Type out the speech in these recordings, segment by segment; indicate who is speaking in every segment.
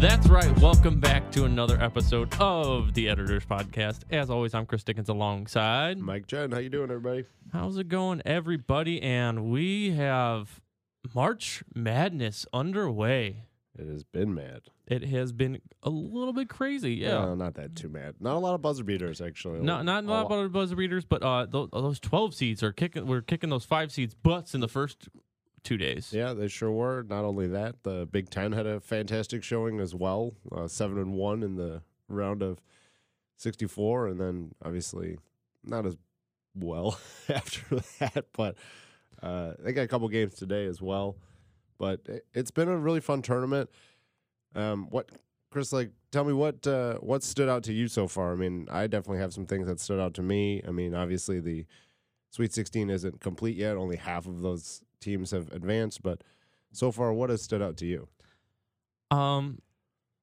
Speaker 1: That's right. Welcome back to another episode of the Editors Podcast. As always, I'm Chris Dickens alongside.
Speaker 2: Mike Jen, how you doing, everybody?
Speaker 1: How's it going, everybody? And we have March Madness underway.
Speaker 2: It has been mad.
Speaker 1: It has been a little bit crazy. Yeah.
Speaker 2: No, not that too mad. Not a lot of buzzer beaters, actually.
Speaker 1: Not not a lot about buzzer beaters, but uh, those, those 12 seeds are kicking. We're kicking those five seeds butts in the first two days.
Speaker 2: Yeah, they sure were. Not only that, the Big Ten had a fantastic showing as well. Uh, seven and one in the round of sixty-four, and then obviously not as well after that. But uh, they got a couple games today as well. But it, it's been a really fun tournament. Um, what, Chris? Like, tell me what uh, what stood out to you so far. I mean, I definitely have some things that stood out to me. I mean, obviously the Sweet 16 isn't complete yet. Only half of those teams have advanced, but so far, what has stood out to you?
Speaker 1: Um,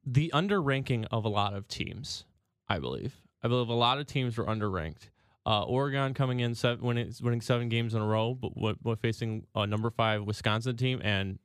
Speaker 1: the underranking of a lot of teams, I believe. I believe a lot of teams were underranked. Uh, Oregon coming in seven, winning, winning seven games in a row, but what, what facing a number five Wisconsin team and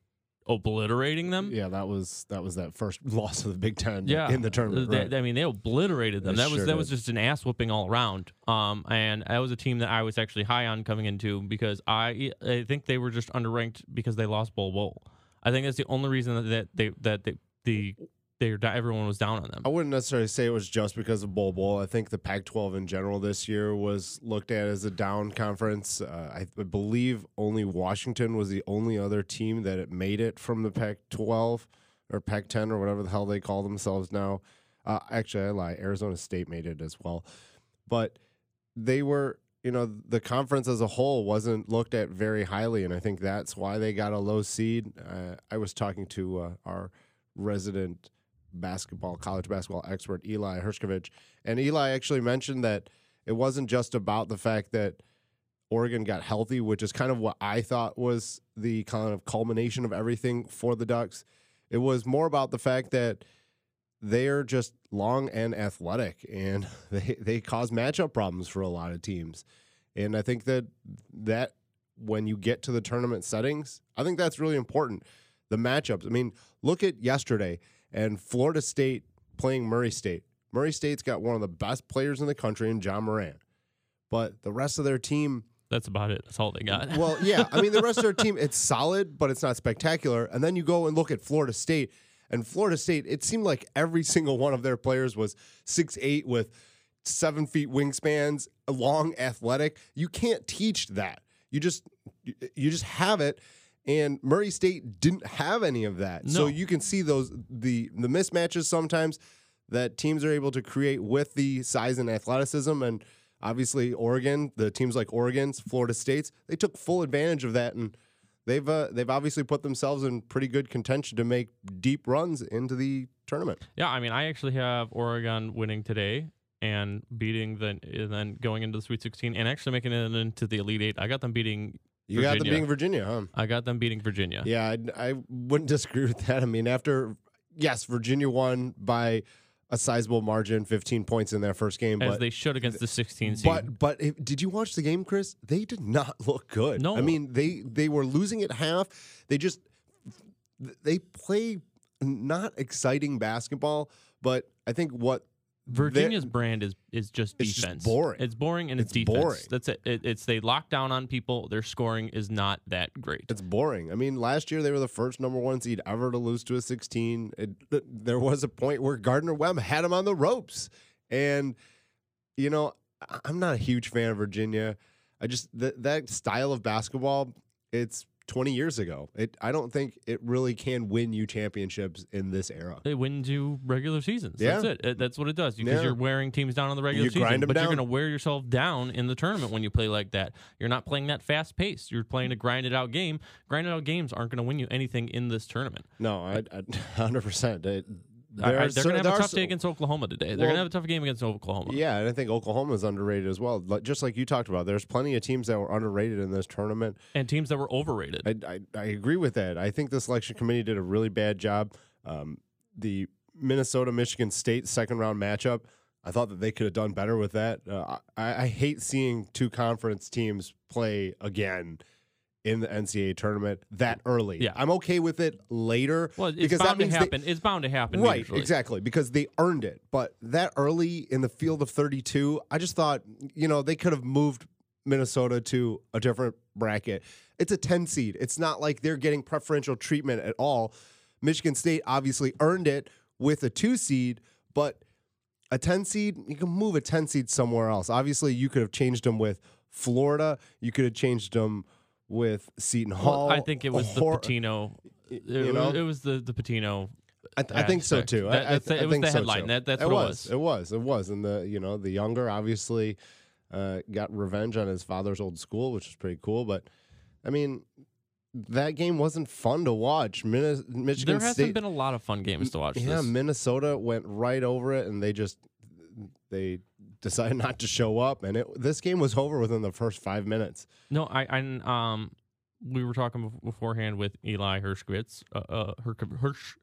Speaker 1: obliterating them.
Speaker 2: Yeah, that was that was that first loss of the Big Ten
Speaker 1: Um, Yeah,
Speaker 2: in the tournament.
Speaker 1: They-
Speaker 2: right?
Speaker 1: I mean, they obliterated them.
Speaker 2: They
Speaker 1: that was
Speaker 2: sure
Speaker 1: that was
Speaker 2: did.
Speaker 1: just an ass whooping all around. Um, and that was a team that I was actually high on coming into because I I think they were just underranked because they lost bowl bowl. I think that's the only reason that they that they the they were, everyone was down on them.
Speaker 2: I wouldn't necessarily say it was just because of Bowl Bowl. I think the Pac-12 in general this year was looked at as a down conference. Uh, I, I believe only Washington was the only other team that it made it from the Pac-12 or Pac-10 or whatever the hell they call themselves now. Uh, actually, I lie. Arizona State made it as well, but they were. You know, the conference as a whole wasn't looked at very highly, and I think that's why they got a low seed. Uh, I was talking to uh, our resident basketball, college basketball expert Eli Hershkovich. And Eli actually mentioned that it wasn't just about the fact that Oregon got healthy, which is kind of what I thought was the kind of culmination of everything for the Ducks. It was more about the fact that they're just long and athletic and they, they cause matchup problems for a lot of teams. And I think that that when you get to the tournament settings, I think that's really important. The matchups. I mean, look at yesterday and Florida State playing Murray State. Murray State's got one of the best players in the country in John Moran. But the rest of their team
Speaker 1: That's about it. That's all they got.
Speaker 2: well, yeah. I mean, the rest of their team, it's solid, but it's not spectacular. And then you go and look at Florida State, and Florida State, it seemed like every single one of their players was six eight with seven feet wingspans, long, athletic. You can't teach that. You just you just have it. And Murray State didn't have any of that.
Speaker 1: No.
Speaker 2: So you can see those the the mismatches sometimes that teams are able to create with the size and athleticism and obviously Oregon, the teams like Oregon's, Florida State's, they took full advantage of that and they've uh, they've obviously put themselves in pretty good contention to make deep runs into the tournament.
Speaker 1: Yeah, I mean, I actually have Oregon winning today and beating the and then going into the Sweet 16 and actually making it into the Elite Eight. I got them beating.
Speaker 2: You got them
Speaker 1: Virginia.
Speaker 2: being Virginia, huh?
Speaker 1: I got them beating Virginia.
Speaker 2: Yeah, I, I wouldn't disagree with that. I mean, after yes, Virginia won by a sizable margin, 15 points in their first game,
Speaker 1: as
Speaker 2: but
Speaker 1: they should against the 16 seed.
Speaker 2: But but if, did you watch the game, Chris? They did not look good.
Speaker 1: No.
Speaker 2: I mean they they were losing at half. They just they play not exciting basketball, but I think what
Speaker 1: Virginia's brand is is just
Speaker 2: It's just
Speaker 1: defense.
Speaker 2: boring.
Speaker 1: It's boring and it's,
Speaker 2: It's
Speaker 1: defense.
Speaker 2: boring.
Speaker 1: That's it. it. It's they lock down on people. Their scoring is not that great.
Speaker 2: it's boring. I mean, last year they were the first number one seed ever to lose to a 16. It, th- there was a point where Gardner Webb had him on the ropes, and you know I- I'm not a huge fan of Virginia. I just th- that style of basketball. It's 20 years ago. It I don't think it really can win you championships in this era.
Speaker 1: They win two regular seasons. That's
Speaker 2: Yeah.
Speaker 1: it. it. That's what it does because
Speaker 2: Yeah.
Speaker 1: you're wearing teams down on the regular
Speaker 2: You
Speaker 1: season.
Speaker 2: grind 'em
Speaker 1: but you're
Speaker 2: down.
Speaker 1: going to wear yourself down in the tournament when you play like that. You're not playing that fast pace. You're playing a grinded out game. Grinded out games aren't going to win you anything in this tournament.
Speaker 2: No, I, I 100%. It,
Speaker 1: I- I-
Speaker 2: there
Speaker 1: they're
Speaker 2: are cer-
Speaker 1: going to
Speaker 2: there
Speaker 1: have
Speaker 2: are
Speaker 1: a tough
Speaker 2: cer-
Speaker 1: day against Oklahoma today. They're
Speaker 2: Well-
Speaker 1: going to have a tough game against Oklahoma.
Speaker 2: Yeah, and I think Oklahoma is underrated as well. Like- Just like you talked about, there's plenty of teams that were underrated in this tournament.
Speaker 1: And teams that were overrated.
Speaker 2: I, I, I agree with that. I think the selection committee did a really bad job. Um, the Minnesota Michigan State second round matchup, I thought that they could have done better with that. Uh, I, I hate seeing two conference teams play again in the NCAA tournament that early.
Speaker 1: Yeah.
Speaker 2: I'm okay with it later
Speaker 1: Well, it's
Speaker 2: because that
Speaker 1: bound to
Speaker 2: means they-
Speaker 1: happen. it's bound to happen.
Speaker 2: Right,
Speaker 1: usually.
Speaker 2: exactly, because they earned it. But that early in the field of 32, I just thought, you know, they could have moved Minnesota to a different bracket. It's a 10 seed. It's not like they're getting preferential treatment at all. Michigan State obviously earned it with a 2 seed, but a 10 seed, you can move a 10 seed somewhere else. Obviously, you could have changed them with Florida. You could have changed them with Seton Hall.
Speaker 1: Well, I think it was the
Speaker 2: or-
Speaker 1: Patino. It,
Speaker 2: you
Speaker 1: was,
Speaker 2: know?
Speaker 1: it was the the Patino.
Speaker 2: I, th- I think so
Speaker 1: aspect.
Speaker 2: too. I-
Speaker 1: That-
Speaker 2: I,
Speaker 1: that's
Speaker 2: th-
Speaker 1: the- it
Speaker 2: I
Speaker 1: was
Speaker 2: think
Speaker 1: the
Speaker 2: so,
Speaker 1: headline.
Speaker 2: too.
Speaker 1: That- that's
Speaker 2: it
Speaker 1: what it
Speaker 2: was.
Speaker 1: was.
Speaker 2: It was. It was. And the you know the younger obviously uh, got revenge on his father's old school, which was pretty cool. But I mean, that game wasn't fun to watch. Minne- Michigan
Speaker 1: there hasn't
Speaker 2: State.
Speaker 1: been a lot of fun games to watch.
Speaker 2: yeah,
Speaker 1: this.
Speaker 2: Minnesota went right over it, and they just they decided not to show up. And it this game was over within the first five minutes.
Speaker 1: No, I, I um, we were talking bef- beforehand with Eli Hershkowitz, uh, uh Herk- Hersh,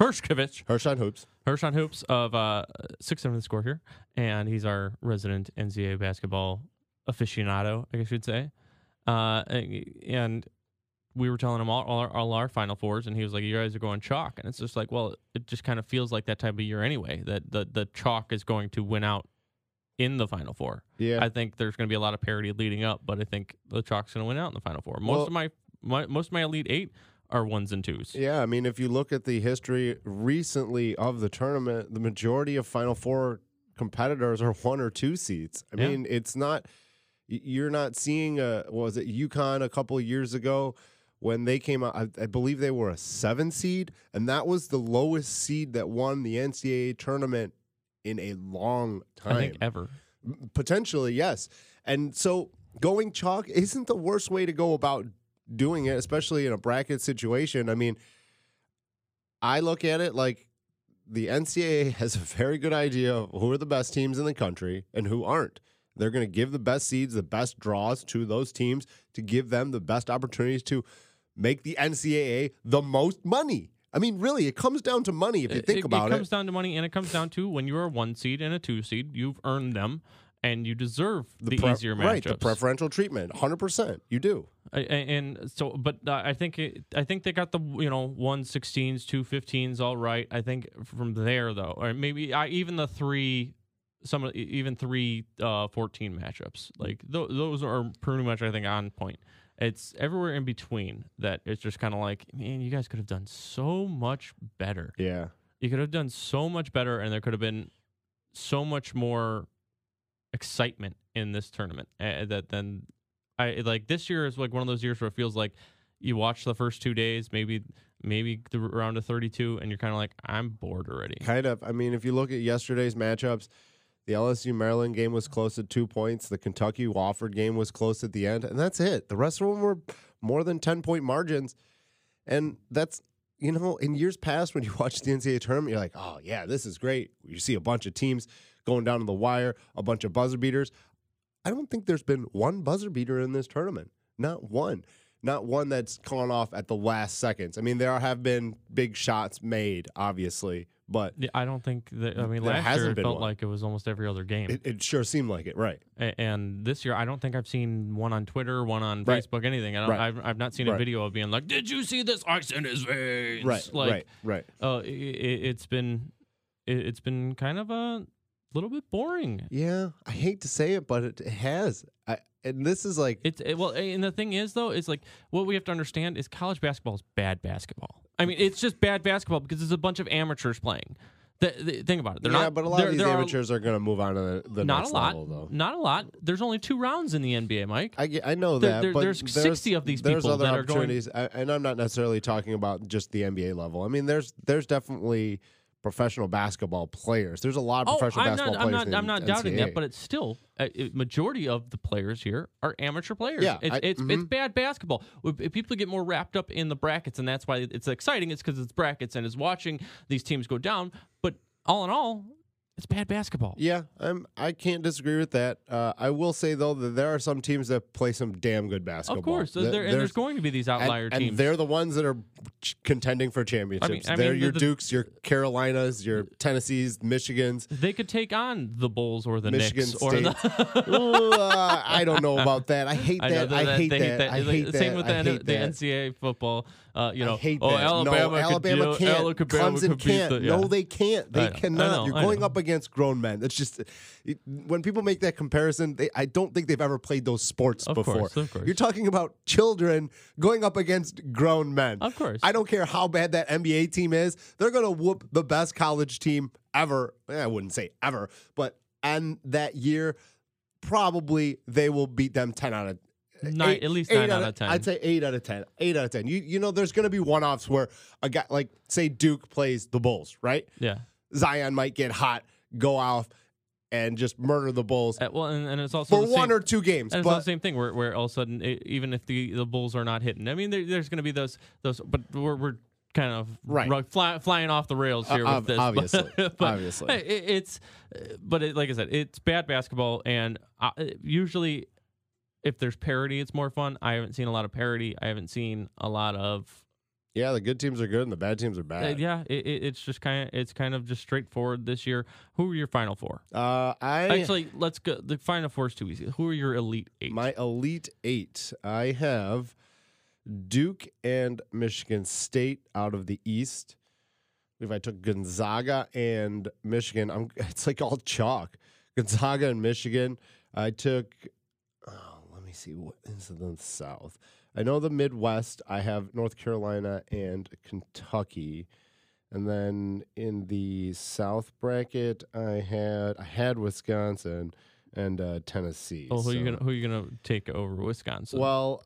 Speaker 1: Hershkovich,
Speaker 2: Hershon Hoops.
Speaker 1: Hersh on Hoops of uh six seven the score here, and he's our resident NCAA basketball aficionado, I guess you'd say. Uh, and- and we were telling him all, all, our, all our final fours, and he was like, "You guys are going chalk," and it's just like, well, it just kind of feels like that type of year anyway. That the the chalk is going to win out in the final four.
Speaker 2: Yeah,
Speaker 1: I think there's going to be a lot of parity leading up, but I think the chalk's going to win out in the final four. Most
Speaker 2: Well-
Speaker 1: of my, my most of my elite eight are ones and twos.
Speaker 2: Yeah, I mean, if you look at the history recently of the tournament, the majority of Final Four competitors are one or two seats. I
Speaker 1: Yeah.
Speaker 2: mean, it's not y- you're not seeing a what was it UConn a couple of years ago when they came out. I, I believe they were a seven seed, and that was the lowest seed that won the NCAA tournament in a long time.
Speaker 1: I think ever.
Speaker 2: Potentially, yes. And so going chalk isn't the worst way to go about doing it, especially in a bracket situation. I mean, I look at it like the NCAA has a very good idea of who are the best teams in the country and who aren't. They're going to give the best seeds, the best draws to those teams to give them the best opportunities to make the NCAA the most money. I mean, really, it comes down to money if you
Speaker 1: It-
Speaker 2: think
Speaker 1: it,
Speaker 2: about
Speaker 1: it comes down to money, and it comes down to when you're a one seed and a two seed, you've earned them, and you deserve the,
Speaker 2: pre-
Speaker 1: easier matchups.
Speaker 2: right? The preferential treatment, hundred percent, you do.
Speaker 1: I- I- and so but uh, i think it, i think they got the you know 116s 215s all right i think from there though or maybe I, even the three some of- e, even three uh 14 matchups like th- those are pretty much i think on point it's everywhere in between that it's just kind of like man you guys could have done so much better
Speaker 2: Yeah.
Speaker 1: you could have done so much better and there could have been so much more excitement in this tournament uh, that then i like this year is like one of those years where it feels like you watch the first two days maybe maybe the round of 32 and you're kind of like i'm bored already
Speaker 2: Kind of. I mean, if you look at yesterday's matchups, the LSU Maryland game was close at two points. The Kentucky Wofford game was close at the end, and that's it. The rest of them were more than ten point margins, and that's you know, in years past when you watch the NCAA tournament, you're like, oh yeah, this is great. You see a bunch of teams going down to the wire, a bunch of buzzer beaters. I don't think there's been one buzzer beater in this tournament. Not one. Not one that's gone off at the last seconds. I mean, there have been big shots made, obviously, but
Speaker 1: Yeah, i don't think that i mean
Speaker 2: There
Speaker 1: last year
Speaker 2: hasn't
Speaker 1: it
Speaker 2: been
Speaker 1: felt
Speaker 2: one.
Speaker 1: like it was almost every other game
Speaker 2: It, it sure seemed like it, right?
Speaker 1: A- and this year i don't think i've seen one on twitter one on
Speaker 2: Right.
Speaker 1: facebook anything I don't,
Speaker 2: Right.
Speaker 1: I've, I've not seen a
Speaker 2: Right.
Speaker 1: video of being like did you see this ice in his veins like
Speaker 2: right, right.
Speaker 1: uh, i i it's been i it's been kind of a little bit boring.
Speaker 2: Yeah, I hate to say it, but it it has. I, and this is like,
Speaker 1: It's it, well, and the thing is though, is like what we have to understand is college basketball is bad basketball. I mean, it's just bad basketball because there's a bunch of amateurs playing. The, the, think about it. They're
Speaker 2: yeah,
Speaker 1: not,
Speaker 2: but a lot
Speaker 1: there-
Speaker 2: of these
Speaker 1: there are
Speaker 2: amateurs are, going to move on to the, the
Speaker 1: Not
Speaker 2: next
Speaker 1: a lot.
Speaker 2: level, though.
Speaker 1: Not a lot. There's only two rounds in the NBA, Mike.
Speaker 2: I, get- I know
Speaker 1: There-
Speaker 2: that,
Speaker 1: there-
Speaker 2: but
Speaker 1: there's 60 of these
Speaker 2: there's
Speaker 1: people
Speaker 2: other
Speaker 1: that are going-
Speaker 2: opportunities, I, and I'm not necessarily talking about just the NBA level. I mean, there's there's definitely professional basketball players. There's a lot of
Speaker 1: Oh,
Speaker 2: professional
Speaker 1: I'm
Speaker 2: basketball
Speaker 1: not, I'm
Speaker 2: players.
Speaker 1: not,
Speaker 2: in
Speaker 1: I'm not doubting
Speaker 2: NCAA.
Speaker 1: that, but it's still a, a majority of the players here are amateur players.
Speaker 2: Yeah,
Speaker 1: it's
Speaker 2: I- mm-hmm.
Speaker 1: it's, it's bad basketball. If- if People get more wrapped up in the brackets, and that's why it's exciting. It's because it's brackets and is watching these teams go down. But all in all, It's bad basketball.
Speaker 2: Yeah, I'm. I can't disagree with that. Uh, I will say though that there are some teams that play some damn good basketball.
Speaker 1: Of course,
Speaker 2: Th-
Speaker 1: there, and there's going to be these
Speaker 2: and-
Speaker 1: outlier
Speaker 2: and,
Speaker 1: teams.
Speaker 2: they're the ones that are ch- contending for championships.
Speaker 1: I
Speaker 2: they're
Speaker 1: mean,
Speaker 2: your
Speaker 1: the- the-
Speaker 2: Dukes, your Carolinas, your Tennessees, Michigans.
Speaker 1: they could take on the Bulls or the
Speaker 2: Michigan
Speaker 1: Knicks
Speaker 2: State.
Speaker 1: or the.
Speaker 2: Ooh, uh, I don't know about that. I hate
Speaker 1: I know
Speaker 2: that.
Speaker 1: that,
Speaker 2: I,
Speaker 1: that-
Speaker 2: hate
Speaker 1: they
Speaker 2: that. I
Speaker 1: It's like-
Speaker 2: hate that.
Speaker 1: Same with
Speaker 2: I
Speaker 1: the,
Speaker 2: hate
Speaker 1: the
Speaker 2: that.
Speaker 1: NCAA football. Uh, you know,
Speaker 2: I hate
Speaker 1: oh,
Speaker 2: that.
Speaker 1: Alabama,
Speaker 2: no, Alabama
Speaker 1: could do,
Speaker 2: can't.
Speaker 1: Alabama could be able
Speaker 2: Clemson
Speaker 1: to beat
Speaker 2: can't.
Speaker 1: the-
Speaker 2: No,
Speaker 1: yeah.
Speaker 2: they can't. They
Speaker 1: I know, I
Speaker 2: cannot.
Speaker 1: know,
Speaker 2: You're
Speaker 1: I
Speaker 2: going
Speaker 1: know.
Speaker 2: up against grown men. That's just it- when people make that comparison. They, I don't think they've ever played those sports
Speaker 1: Of
Speaker 2: before.
Speaker 1: course, of course.
Speaker 2: You're talking about children going up against grown men.
Speaker 1: Of course.
Speaker 2: I don't care how bad that NBA team is. They're going to whoop the best college team ever. Eh, I wouldn't say ever, but and that year, probably they will beat them ten eh, out of
Speaker 1: Nine- at least nine out of 10.
Speaker 2: I'd say eight out of ten. Eight out of ten. You you know, there's going to be one offs where a guy like say Duke plays the Bulls, right?
Speaker 1: yeah.
Speaker 2: Zion might get hot, go off, and just murder the Bulls
Speaker 1: Uh, well, and, and it's also
Speaker 2: for
Speaker 1: the
Speaker 2: one
Speaker 1: same,
Speaker 2: or two games.
Speaker 1: And it's
Speaker 2: But
Speaker 1: the same thing where, where all of a sudden, e- even if the, the Bulls are not hitting, I mean, there, there's going to be those those, but we're, we're kind of
Speaker 2: Right. Uh,
Speaker 1: ru- fly, flying off the rails here
Speaker 2: ob-
Speaker 1: with this.
Speaker 2: obviously,
Speaker 1: but,
Speaker 2: obviously.
Speaker 1: but it, it's but it, like I said, it's bad basketball, and uh, usually if there's parity, it's more fun. I haven't seen a lot of parity. I haven't seen a lot of
Speaker 2: yeah, the good teams are good and the bad teams are
Speaker 1: uh,
Speaker 2: bad.
Speaker 1: yeah. It, it, it's just kind of it's kind of just straightforward this year. Who are your final four?
Speaker 2: Uh, I
Speaker 1: Actually, let's go. The final four is too easy. Who are your elite eight?
Speaker 2: my elite eight. I have Duke and Michigan State out of the East. If I took Gonzaga and Michigan, I'm it's like all chalk. Gonzaga and Michigan. I took. Oh, let me see what is in the South. I know the Midwest. I have North Carolina and Kentucky. And then in the South bracket, I had I had Wisconsin and uh, Tennessee.
Speaker 1: Oh, who are you
Speaker 2: so-
Speaker 1: gonna who you gonna take over Wisconsin?
Speaker 2: well,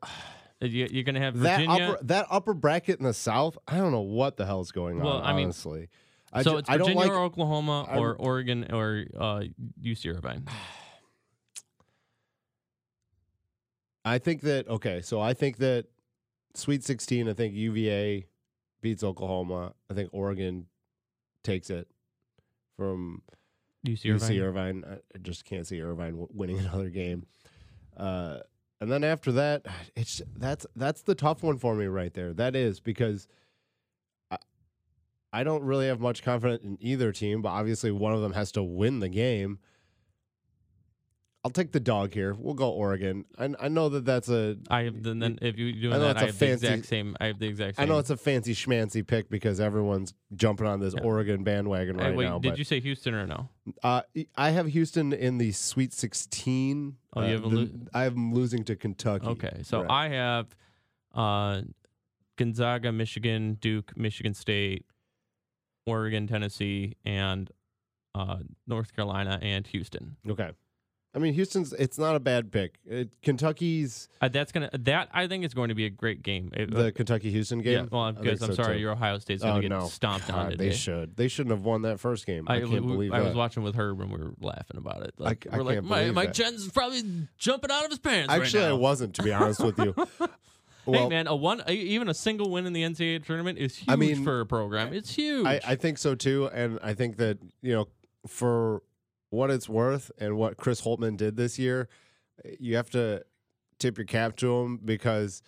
Speaker 1: you, you're gonna have
Speaker 2: that
Speaker 1: Virginia.
Speaker 2: upper that upper bracket in the South, I don't know what the hell's going on.
Speaker 1: Well, I mean,
Speaker 2: honestly, I,
Speaker 1: so
Speaker 2: ju-
Speaker 1: it's
Speaker 2: I
Speaker 1: Virginia
Speaker 2: don't like.
Speaker 1: or Oklahoma
Speaker 2: I'm-
Speaker 1: or Oregon or uh, UC Irvine.
Speaker 2: I think that okay, so I think that Sweet Sixteen. I think UVA beats Oklahoma. I think Oregon takes it from
Speaker 1: UC Irvine.
Speaker 2: UC Irvine. I I just can't see Irvine w- winning another game. Uh, and then after that, it's that's that's the tough one for me right there. That is because I, I don't really have much confidence in either team, but obviously one of them has to win the game. I'll take the dog here. We'll go Oregon. I, I know that that's a
Speaker 1: I have then, then if you doing
Speaker 2: I know
Speaker 1: that,
Speaker 2: it's
Speaker 1: I
Speaker 2: a
Speaker 1: have
Speaker 2: fancy-
Speaker 1: the exact same. I have the exact
Speaker 2: I
Speaker 1: same.
Speaker 2: know it's a fancy schmancy pick because everyone's jumping on this
Speaker 1: Yeah.
Speaker 2: Oregon bandwagon
Speaker 1: Hey,
Speaker 2: right
Speaker 1: wait,
Speaker 2: now.
Speaker 1: did
Speaker 2: but
Speaker 1: you say Houston or no?
Speaker 2: Uh, I have Houston in the Sweet 16.
Speaker 1: Oh, you
Speaker 2: Uh,
Speaker 1: have a
Speaker 2: the-
Speaker 1: lo-
Speaker 2: I have them losing to Kentucky.
Speaker 1: Okay, so
Speaker 2: Right.
Speaker 1: I have uh, Gonzaga, Michigan, Duke, Michigan State, Oregon, Tennessee, and uh, North Carolina and Houston.
Speaker 2: Okay. I mean, Houston's. It's not a bad pick. It, Kentucky's
Speaker 1: Uh, that's gonna that I think is going to be a great game. It-
Speaker 2: the Kentucky Houston game.
Speaker 1: Yeah, well,
Speaker 2: I
Speaker 1: because
Speaker 2: think
Speaker 1: I'm
Speaker 2: so,
Speaker 1: sorry,
Speaker 2: too.
Speaker 1: your Ohio State's
Speaker 2: oh
Speaker 1: gonna get
Speaker 2: no,
Speaker 1: stomped on
Speaker 2: God,
Speaker 1: today.
Speaker 2: they should. They shouldn't have won that first game. I, can't
Speaker 1: we-
Speaker 2: believe
Speaker 1: I
Speaker 2: that.
Speaker 1: was watching with her when we were laughing about it. Like,
Speaker 2: I- I
Speaker 1: we're like,
Speaker 2: can't
Speaker 1: my,
Speaker 2: believe
Speaker 1: my
Speaker 2: that."
Speaker 1: Jen's probably jumping out of his pants
Speaker 2: Actually,
Speaker 1: right
Speaker 2: I
Speaker 1: now.
Speaker 2: wasn't to be honest with you.
Speaker 1: hey
Speaker 2: Well,
Speaker 1: man, a one, a, even a single win in the NCAA tournament is huge
Speaker 2: I mean,
Speaker 1: for a program. It's huge.
Speaker 2: I, I think so too, and I think that you know, for what it's worth and what Chris Holtman did this year, eh, you have to tip your cap to him because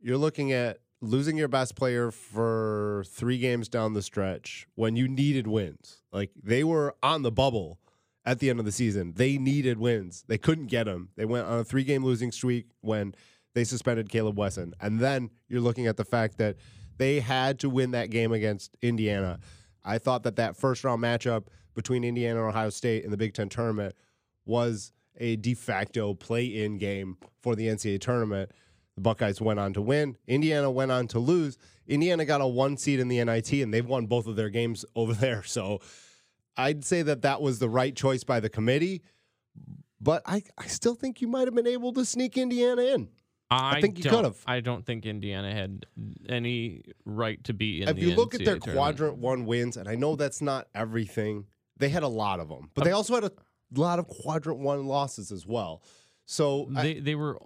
Speaker 2: you're looking at losing your best player for three games down the stretch when you needed wins. Like they were on the bubble at the end of the season. They needed wins. They couldn't get them. They went on a three game losing streak when they suspended Caleb Wesson. And then you're looking at the fact that they had to win that game against Indiana. I thought that that first round matchup between Indiana and Ohio State in the Big Ten tournament was a de facto play in game for the NCAA tournament. The Buckeyes went on to win. Indiana went on to lose. Indiana got a one seed in the NIT, and they've won both of their games over there. So I'd say that that was the right choice by the committee. But I, I still think you might have been able to sneak Indiana in.
Speaker 1: I
Speaker 2: think you
Speaker 1: don't-
Speaker 2: could've.
Speaker 1: I don't think Indiana had any right to be in.
Speaker 2: if
Speaker 1: the
Speaker 2: you look at their
Speaker 1: NCAA tournament.
Speaker 2: quadrant one wins, and I know that's not everything, they had a lot of them, but
Speaker 1: Um,
Speaker 2: they also had a lot of quadrant one losses as well. So I-
Speaker 1: they they were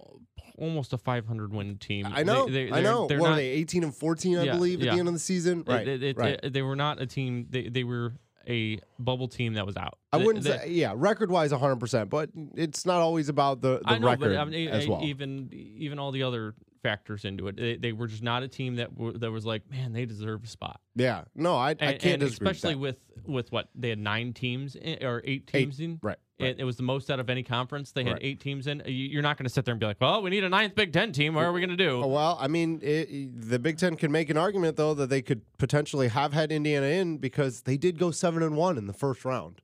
Speaker 1: almost a 500 win team.
Speaker 2: I know.
Speaker 1: They, they,
Speaker 2: I know.
Speaker 1: They're, they're
Speaker 2: what are
Speaker 1: not
Speaker 2: they? Eighteen and fourteen, I
Speaker 1: Yeah,
Speaker 2: believe, at
Speaker 1: yeah.
Speaker 2: the end of the season.
Speaker 1: It-
Speaker 2: Right.
Speaker 1: it- it-
Speaker 2: right.
Speaker 1: they were not a team. They they were a bubble team that was out.
Speaker 2: I
Speaker 1: Th-
Speaker 2: wouldn't
Speaker 1: that-
Speaker 2: say, yeah, record wise, 100%, but it's not always about the, the
Speaker 1: I know,
Speaker 2: record
Speaker 1: but I mean,
Speaker 2: as
Speaker 1: e-
Speaker 2: well.
Speaker 1: even even all the other factors into it, they, they were just not a team that were, that was like, man, they deserve a spot.
Speaker 2: yeah, no, I, I
Speaker 1: And,
Speaker 2: can't
Speaker 1: and
Speaker 2: disagree
Speaker 1: especially
Speaker 2: with,
Speaker 1: with with what they had nine teams in, or eight teams in.
Speaker 2: that. right. right.
Speaker 1: It, it was the most out of any conference. They had
Speaker 2: Right.
Speaker 1: eight teams in. You- You're not going to sit there and be like, well, we need a ninth Big Ten team. What are we going to do?
Speaker 2: Oh, Well, I mean, it, the Big Ten can make an argument though that they could potentially have had Indiana in because they did go seven and one in the first round.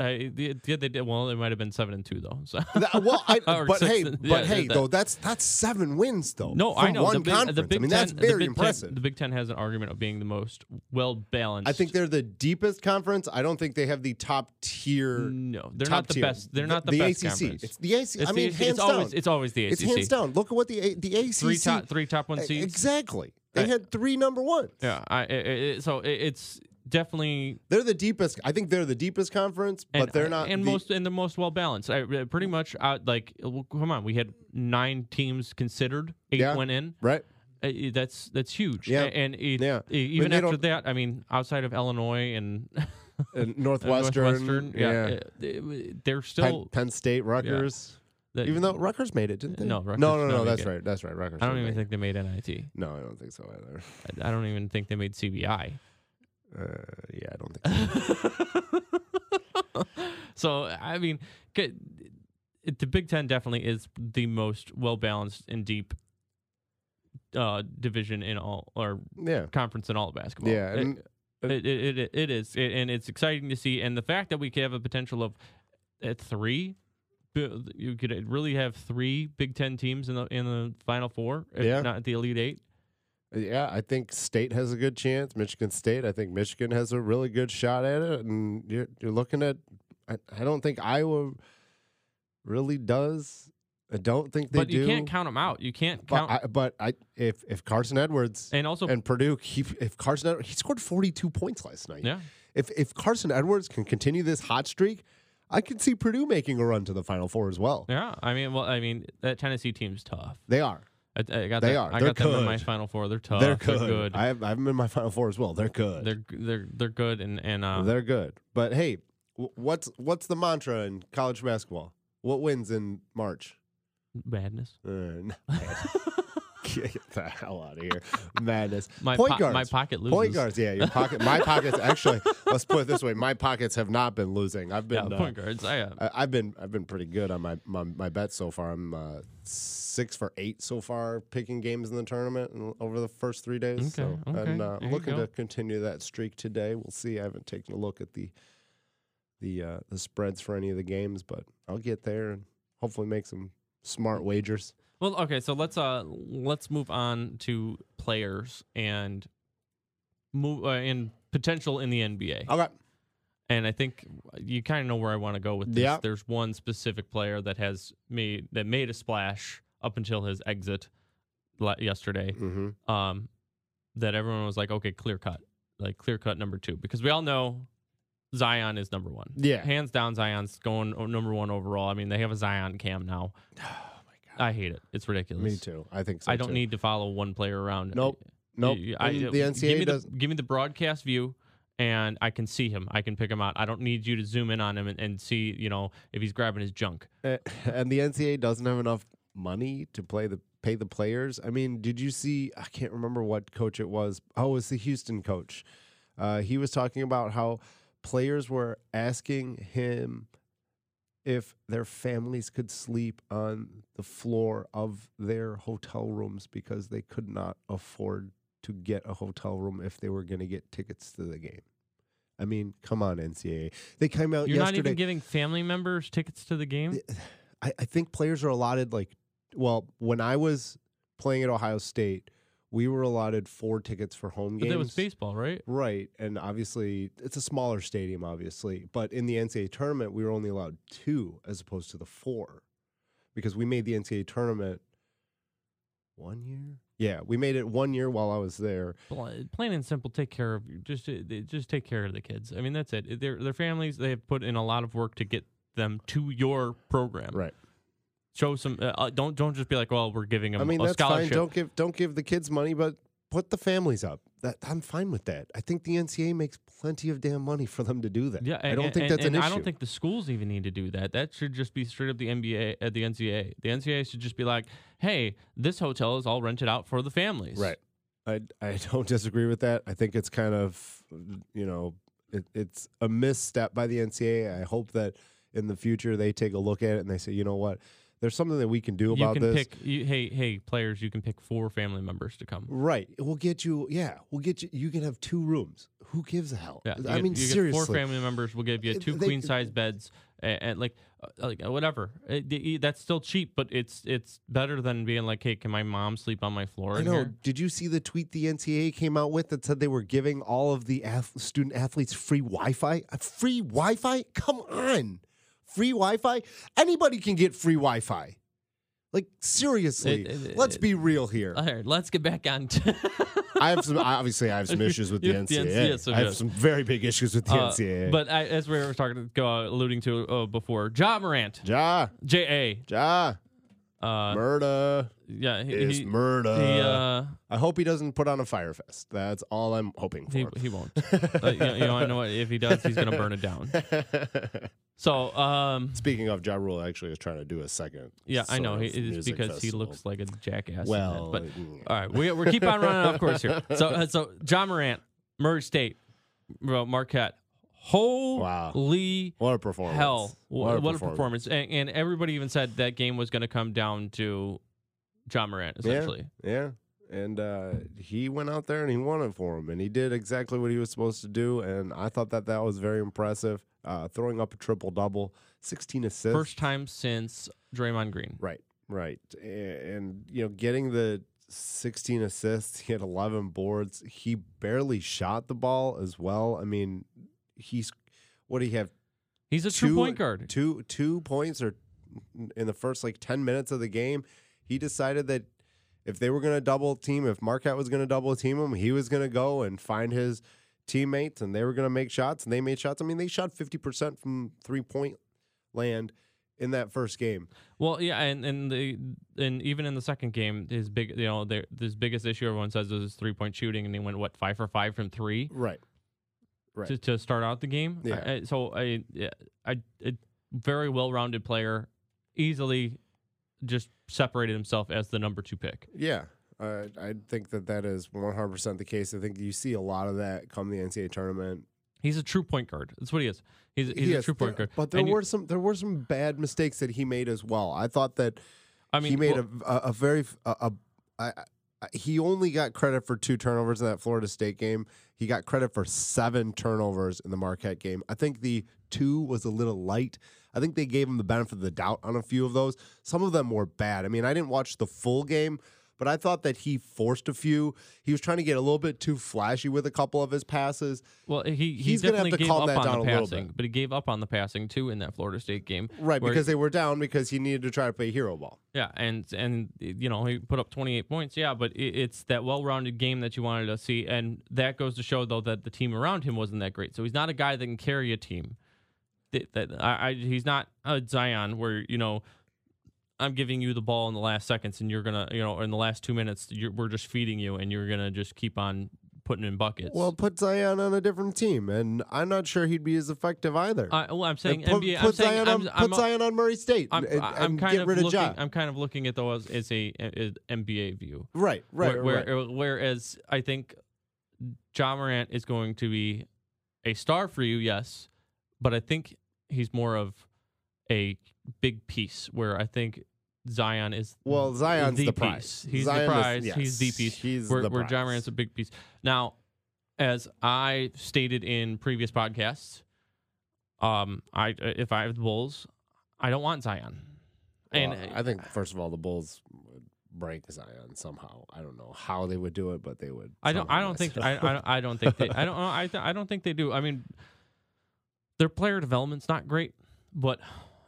Speaker 1: Uh, they, they did well. It might have been seven and two though. So
Speaker 2: That- well, I,
Speaker 1: Or
Speaker 2: but
Speaker 1: six
Speaker 2: hey,
Speaker 1: and- yeah,
Speaker 2: but hey,
Speaker 1: that-
Speaker 2: though that's that's seven wins though.
Speaker 1: no,
Speaker 2: from
Speaker 1: I know
Speaker 2: one
Speaker 1: the big,
Speaker 2: conference.
Speaker 1: the Big
Speaker 2: I mean,
Speaker 1: Ten.
Speaker 2: that's
Speaker 1: the
Speaker 2: very
Speaker 1: Big Ten-
Speaker 2: impressive.
Speaker 1: the Big Ten has an argument of being the most well balanced.
Speaker 2: I think they're the deepest conference. I don't think they have the top tier.
Speaker 1: no, Mm, they're
Speaker 2: top
Speaker 1: not the
Speaker 2: tier.
Speaker 1: best. They're not the, best
Speaker 2: ACC.
Speaker 1: conference.
Speaker 2: It's the ACC.
Speaker 1: It's
Speaker 2: I
Speaker 1: the
Speaker 2: mean,
Speaker 1: ACC.
Speaker 2: hands
Speaker 1: it's
Speaker 2: down.
Speaker 1: always it's always the ACC.
Speaker 2: It's hands down. Look at what the A- the ACC
Speaker 1: Three top three top one
Speaker 2: e-
Speaker 1: seeds.
Speaker 2: exactly. They had three number ones.
Speaker 1: Yeah, I, I, I, so it, it's definitely
Speaker 2: They're the deepest. I think they're the deepest conference,
Speaker 1: and,
Speaker 2: but they're not.
Speaker 1: and
Speaker 2: the-
Speaker 1: most and the most well balanced. I, I pretty much out like uh, well, come on, we had nine teams considered, eight
Speaker 2: Yeah.
Speaker 1: went in.
Speaker 2: right.
Speaker 1: Uh, uh, that's that's huge.
Speaker 2: Yeah.
Speaker 1: A- and it,
Speaker 2: Yeah.
Speaker 1: uh, even
Speaker 2: they
Speaker 1: after
Speaker 2: don't-
Speaker 1: that, I mean, outside of Illinois and
Speaker 2: and
Speaker 1: and
Speaker 2: uh, Northwestern,
Speaker 1: Northwestern,
Speaker 2: yeah,
Speaker 1: yeah, uh, they- they're
Speaker 2: Penn,
Speaker 1: still.
Speaker 2: Penn State, Rutgers.
Speaker 1: that-
Speaker 2: Even though Rutgers made it, didn't they?
Speaker 1: No,
Speaker 2: no,
Speaker 1: Rutgers
Speaker 2: no, no.
Speaker 1: didn't
Speaker 2: That's
Speaker 1: make it.
Speaker 2: right. That's right. Rutgers.
Speaker 1: I don't
Speaker 2: didn't
Speaker 1: even think
Speaker 2: make
Speaker 1: they made NIT.
Speaker 2: it. No, I don't think so either.
Speaker 1: I, I don't even think they made CBI.
Speaker 2: Uh, yeah, I don't think. so.
Speaker 1: so I mean, c- it, the Big Ten definitely is the most well balanced and deep uh, division in all or
Speaker 2: yeah,
Speaker 1: conference in all of basketball.
Speaker 2: yeah.
Speaker 1: It-
Speaker 2: And,
Speaker 1: it, it, it, it is, it, and it's exciting to see. And the fact that we could have a potential of at three, bu- you could really have three Big Ten teams in the in the Final Four, if
Speaker 2: Yeah.
Speaker 1: not the Elite Eight.
Speaker 2: yeah, I think State has a good chance. Michigan State. I think Michigan has a really good shot at it. And you're you're looking at. I, I don't think Iowa really does. I don't think they
Speaker 1: but
Speaker 2: do.
Speaker 1: you can't count them out. You can't
Speaker 2: but
Speaker 1: count.
Speaker 2: I, but I if if Carson Edwards
Speaker 1: and also,
Speaker 2: and Purdue keep if Carson Edwards, he scored 42 points last night.
Speaker 1: yeah,
Speaker 2: If if Carson Edwards can continue this hot streak, I could see Purdue making a run to the Final Four as well.
Speaker 1: yeah. I mean, well, I mean, that Tennessee team's tough.
Speaker 2: They are.
Speaker 1: I, I got
Speaker 2: They
Speaker 1: that.
Speaker 2: are.
Speaker 1: I
Speaker 2: They're
Speaker 1: got them in my
Speaker 2: good.
Speaker 1: final four. Oh, They're tough.
Speaker 2: they're good.
Speaker 1: They're
Speaker 2: I have I have them in my Final Four as well. They're good.
Speaker 1: they're they're, they're good. And and uh,
Speaker 2: They're good. But hey, wh- what's what's the mantra in college basketball? What wins in March?
Speaker 1: madness.
Speaker 2: Uh, no. Get the hell out of here. Madness.
Speaker 1: My
Speaker 2: Point
Speaker 1: po-
Speaker 2: guards.
Speaker 1: my pocket loses.
Speaker 2: Point guards, yeah, your pocket. My pockets, actually, let's put it this way: my pockets have not been losing. I've
Speaker 1: Yeah,
Speaker 2: been uh,
Speaker 1: point guards. I, uh,
Speaker 2: I, I've been I've been pretty good on my my, my bets so far. I'm uh, six for eight so far picking games in the tournament and over the first three days.
Speaker 1: Okay,
Speaker 2: so
Speaker 1: okay,
Speaker 2: and uh,
Speaker 1: there
Speaker 2: I'm
Speaker 1: you
Speaker 2: looking
Speaker 1: go.
Speaker 2: to continue that streak today. We'll see. I haven't taken a look at the the uh, the spreads for any of the games, but I'll get there and hopefully make some smart wagers.
Speaker 1: well, okay. So let's uh let's move on to players and move uh, and potential in the NBA.
Speaker 2: Okay.
Speaker 1: And I think you kind of know where I want to go with this.
Speaker 2: Yeah.
Speaker 1: There's one specific player that has made that made a splash up until his exit le- yesterday.
Speaker 2: Mm-hmm.
Speaker 1: um, that everyone was like, okay, clear cut, like clear cut number two, because we all know Zion is number one.
Speaker 2: Yeah.
Speaker 1: hands down, Zion's going o- number one overall. I mean, they have a Zion cam now. I hate it. It's ridiculous.
Speaker 2: Oh Me too. I think so.
Speaker 1: I don't
Speaker 2: too.
Speaker 1: need to follow one player around.
Speaker 2: Nope. Nope.
Speaker 1: Y- I- uh,
Speaker 2: And the
Speaker 1: give me
Speaker 2: NCAA
Speaker 1: the,
Speaker 2: does.
Speaker 1: give me the broadcast view, and I can see him. I can pick him out. I don't need you to zoom in on him and, and see, you know, if he's grabbing his junk.
Speaker 2: Uh, and the NCAA doesn't have enough money to play the pay the players. I mean, did you see? I can't remember what coach it was. Oh, it was the Houston coach. Uh, he was talking about how players were asking him if their families could sleep on the floor of their hotel rooms because they could not afford to get a hotel room if they were going to get tickets to the game. I mean, come on, NCAA. They came out
Speaker 1: You're not
Speaker 2: Uh, yesterday.
Speaker 1: even giving family members tickets to the game.
Speaker 2: I, I think players are allotted like well, when I was playing at Ohio State, we were allotted four tickets for home
Speaker 1: But
Speaker 2: games.
Speaker 1: that was baseball, right?
Speaker 2: Right, and obviously it's a smaller stadium, obviously, but in the NCAA tournament, we were only allowed two as opposed to the four, because we made the NCAA tournament one year. Yeah, we made it one year while I was there.
Speaker 1: Pl- plain and simple take care of just uh, they- just take care of the kids i mean that's it their their families they have put in a lot of work to get them to your program
Speaker 2: Right.
Speaker 1: show some uh, uh, don't don't just be like well we're giving them
Speaker 2: I mean,
Speaker 1: a
Speaker 2: that's fine.
Speaker 1: scholarship
Speaker 2: Don't give don't give the kids money, but put the families up. that I'm fine with that. I think the NCAA makes plenty of damn money for them to do that.
Speaker 1: Yeah,
Speaker 2: I don't
Speaker 1: and-
Speaker 2: think
Speaker 1: and-
Speaker 2: that's
Speaker 1: and
Speaker 2: an
Speaker 1: I
Speaker 2: issue.
Speaker 1: don't think the schools even need to do that. That should just be straight up the NBA at uh, the NCAA. The NCAA should just be like, "Hey, this hotel is all rented out for the families."
Speaker 2: Right. I I don't disagree with that. I think it's kind of you know it, it's a misstep by the NCAA. I hope that in the future they take a look at it and they say, you know what, there's something that we can do
Speaker 1: You
Speaker 2: about
Speaker 1: can
Speaker 2: this.
Speaker 1: pick. You, hey, hey, players, you can pick four family members to come.
Speaker 2: Right. We'll get you. Yeah. We'll get you. You can have two rooms. Who gives a hell?
Speaker 1: Yeah, you
Speaker 2: I
Speaker 1: get-
Speaker 2: mean,
Speaker 1: you
Speaker 2: seriously.
Speaker 1: get four family members. We'll give you
Speaker 2: Uh,
Speaker 1: two
Speaker 2: they-
Speaker 1: queen size beds and, and like, uh, like uh, whatever. Uh, the- that's still cheap, but it's it's better than being like, hey, can my mom sleep on my floor?
Speaker 2: I
Speaker 1: in
Speaker 2: know.
Speaker 1: here?"
Speaker 2: Did you see the tweet the NCAA came out with that said they were giving all of the ath- student athletes free Wi-Fi? Uh, Free Wi-Fi? Come on, free Wi-Fi. Anybody can get free Wi-Fi. Like seriously,
Speaker 1: It- it-
Speaker 2: let's
Speaker 1: it- uh,
Speaker 2: be real here.
Speaker 1: All right, let's get back on. T-
Speaker 2: I have some. I- Obviously, I have some issues with the
Speaker 1: You have the NCAA,
Speaker 2: NCAA.
Speaker 1: so
Speaker 2: I have
Speaker 1: yes.
Speaker 2: some very big issues with the
Speaker 1: Uh,
Speaker 2: NCAA.
Speaker 1: but I, as we were talking, uh, alluding to uh, before, Ja Morant,
Speaker 2: Ja,
Speaker 1: J
Speaker 2: Ja,
Speaker 1: A. Uh,
Speaker 2: murder
Speaker 1: yeah, he,
Speaker 2: is
Speaker 1: he,
Speaker 2: murder.
Speaker 1: he, uh,
Speaker 2: I hope he doesn't put on a fire fest. That's all I'm hoping for.
Speaker 1: he, he won't. Uh, you, know, you know, I know if he does, he's gonna burn it down. So, um,
Speaker 2: Speaking of, Ja Rule actually is trying to do a second.
Speaker 1: yeah, I
Speaker 2: sort
Speaker 1: know
Speaker 2: of
Speaker 1: he, it's
Speaker 2: music
Speaker 1: because
Speaker 2: festival.
Speaker 1: he looks like a jackass. in
Speaker 2: Well,
Speaker 1: that, but
Speaker 2: mm,
Speaker 1: All right, we we keep on running off course here. So uh, so John Morant, Murray State, well, Marquette. Holy
Speaker 2: what a performance!
Speaker 1: hell! Wh- What,
Speaker 2: What a
Speaker 1: a performance! And, and everybody even said that game was going to come down to John Morant essentially.
Speaker 2: Yeah, and uh, he went out there and he won it for him, and he did exactly what he was supposed to do, and I thought that that was very impressive. Uh, throwing up a triple double, sixteen assists,
Speaker 1: First time since Draymond Green.
Speaker 2: Right, right. A- And, you know, getting the 16 assists, he had 11 boards. He barely shot the ball as well. I mean, he's what do you have?
Speaker 1: He's a true
Speaker 2: Two-
Speaker 1: point guard.
Speaker 2: Two two points or in the first like 10 minutes of the game, he decided that if they were going to double team, if Marquette was going to double team him, he was going to go and find his teammates and they were going to make shots and they made shots. I mean, they shot 50% from three point land in that first game.
Speaker 1: Well, yeah, and and the and even in the second game, his big you know their his biggest issue everyone says is his three point shooting, and he went what five for five from three.
Speaker 2: Right. Right.
Speaker 1: to, to start out the game.
Speaker 2: Yeah.
Speaker 1: I- I- so I, yeah, I, a very well-rounded player, easily just separated himself as the number two pick.
Speaker 2: Yeah, I I think that that is 100% the case. I think you see a lot of that come the NCAA tournament.
Speaker 1: He's a true point guard. That's what he is. He's, he's a
Speaker 2: Yes,
Speaker 1: true point
Speaker 2: there-
Speaker 1: guard.
Speaker 2: But there
Speaker 1: And you-
Speaker 2: were some there were some bad mistakes that he made as well. I thought that
Speaker 1: I mean,
Speaker 2: he made
Speaker 1: well,
Speaker 2: a, a a very f- a, a, I, I, he only got credit for two turnovers in that Florida State game. He got credit for seven turnovers in the Marquette game. I think the two was a little light. I think they gave him the benefit of the doubt on a few of those. Some of them were bad. I mean, I didn't watch the full game, but I thought that he forced a few. He was trying to get a little bit too flashy with a couple of his passes.
Speaker 1: well, he, he
Speaker 2: he's gonna have
Speaker 1: definitely
Speaker 2: to
Speaker 1: gave
Speaker 2: calm
Speaker 1: up
Speaker 2: that down
Speaker 1: on
Speaker 2: a
Speaker 1: the
Speaker 2: little
Speaker 1: passing, but he gave up on the passing too in that Florida State game.
Speaker 2: Right,
Speaker 1: where-
Speaker 2: because they were down because he needed to try to play hero ball.
Speaker 1: yeah, and and you know he put up 28 points. Yeah, but it, it's that well-rounded game that you wanted to see, and that goes to show though that the team around him wasn't that great. So he's not a guy that can carry a team. That, that I, I he's not a Zion where you know I'm giving you the ball in the last seconds, and you're gonna you know in the last two minutes you're, we're just feeding you, and you're gonna just keep on putting in buckets.
Speaker 2: Well, put Zion on a different team, and I'm not sure he'd be as effective either.
Speaker 1: I, well I'm saying
Speaker 2: And put,
Speaker 1: NBA. I'm
Speaker 2: put
Speaker 1: saying
Speaker 2: Zion
Speaker 1: I'm,
Speaker 2: on,
Speaker 1: I'm,
Speaker 2: put Zion on Murray State
Speaker 1: I'm,
Speaker 2: and,
Speaker 1: I'm
Speaker 2: and
Speaker 1: kind
Speaker 2: get
Speaker 1: of
Speaker 2: rid
Speaker 1: looking.
Speaker 2: of Ja.
Speaker 1: I'm kind of looking at though as, as a as NBA view.
Speaker 2: Right, right,
Speaker 1: Where,
Speaker 2: right.
Speaker 1: where- uh, Whereas I think John Morant is going to be a star for you, yes, but I think he's more of a big piece. Where I think Zion is
Speaker 2: well, Zion's
Speaker 1: the
Speaker 2: the,
Speaker 1: piece.
Speaker 2: prize.
Speaker 1: He's the
Speaker 2: Zion is-
Speaker 1: prize. He's the
Speaker 2: yes,
Speaker 1: piece.
Speaker 2: He's
Speaker 1: where,
Speaker 2: the
Speaker 1: where
Speaker 2: prize.
Speaker 1: John Morant's a big piece. Now, as I stated in previous podcasts, um, I if I have the Bulls, I don't want Zion.
Speaker 2: Well,
Speaker 1: and
Speaker 2: I think first of all, the Bulls would break Zion somehow. I don't know how they would do it, but they would.
Speaker 1: I don't. I
Speaker 2: somehow
Speaker 1: don't think.
Speaker 2: mess
Speaker 1: I,
Speaker 2: it up.
Speaker 1: I. I don't think they. I don't. I. th- I don't think they do. I mean, their player development's not great, but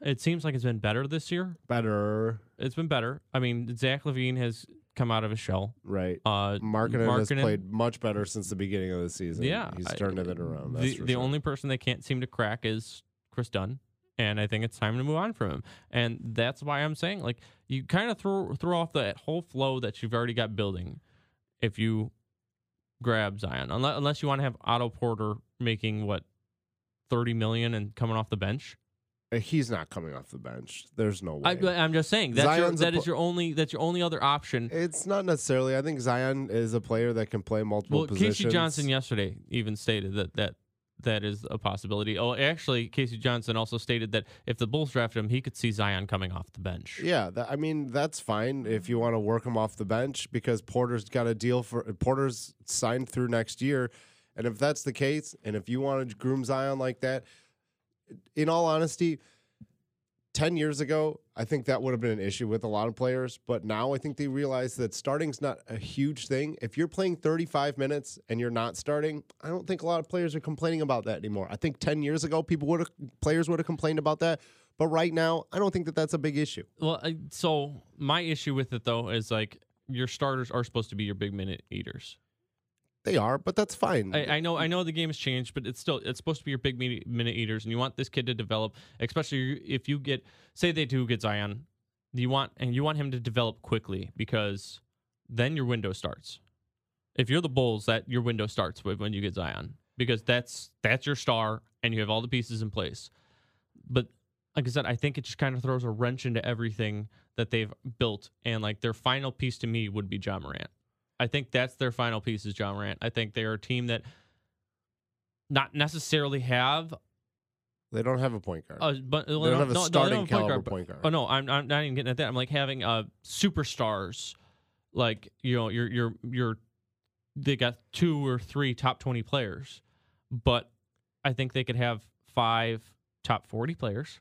Speaker 1: it seems like it's been better this year.
Speaker 2: better.
Speaker 1: It's been better. I mean, Zach Levine has come out of his shell.
Speaker 2: Right.
Speaker 1: Uh,
Speaker 2: Markkinen, has
Speaker 1: Markkinen-
Speaker 2: played much better since the beginning of the season.
Speaker 1: Yeah,
Speaker 2: he's
Speaker 1: I-
Speaker 2: turned it around. That's
Speaker 1: the
Speaker 2: for
Speaker 1: the
Speaker 2: sure.
Speaker 1: only person they can't seem to crack is Chris Dunn, and I think it's time to move on from him. And that's why I'm saying like you kind of throw throw off that whole flow that you've already got building if you grab Zion unless, unless you want to have Otto Porter making what 30 million and coming off the bench.
Speaker 2: He's not coming off the bench. There's no way.
Speaker 1: I, I'm just saying that's your,
Speaker 2: Zion's a
Speaker 1: that
Speaker 2: po-
Speaker 1: is your only that's your only other option.
Speaker 2: it's not necessarily. I think Zion is a player that can play multiple
Speaker 1: Well,
Speaker 2: positions.
Speaker 1: Casey Johnson yesterday even stated that that that is a possibility. Oh, actually, Casey Johnson also stated that if the Bulls drafted him, he could see Zion coming off the bench.
Speaker 2: Yeah, that, I mean that's fine if you want to work him off the bench because Porter's got a deal for Porter's signed through next year, and if that's the case, and if you want to groom Zion like that, in all honesty, ten years ago I think that would have been an issue with a lot of players, but now I think they realize that starting's not a huge thing. If you're playing 35 minutes and you're not starting, I don't think a lot of players are complaining about that anymore. I think ten years ago people would have players would have complained about that. But right now, I don't think that that's a big issue.
Speaker 1: Well, I, so my issue with it though is like your starters are supposed to be your big minute eaters.
Speaker 2: They are, but that's fine.
Speaker 1: I, I know, I know the game has changed, but it's still it's supposed to be your big mini- minute eaters, and you want this kid to develop, especially if you get say they do get Zion, you want and you want him to develop quickly because then your window starts. If you're the Bulls, that your window starts with when you get Zion because that's that's your star, and you have all the pieces in place. But like I said, I think it just kind of throws a wrench into everything that they've built, and like their final piece to me would be John Morant. I think that's their final piece is John Morant. I think they are a team that not necessarily have
Speaker 2: they don't have a point guard.
Speaker 1: a but well,
Speaker 2: they
Speaker 1: no,
Speaker 2: don't have a
Speaker 1: no, Oh, they
Speaker 2: starting
Speaker 1: don't have a point
Speaker 2: caliber
Speaker 1: guard, but-
Speaker 2: point guard.
Speaker 1: Oh no, I'm I'm not even getting at that. I'm like having uh superstars, like you know your your your they got two or three top twenty players, but I think they could have five top forty players.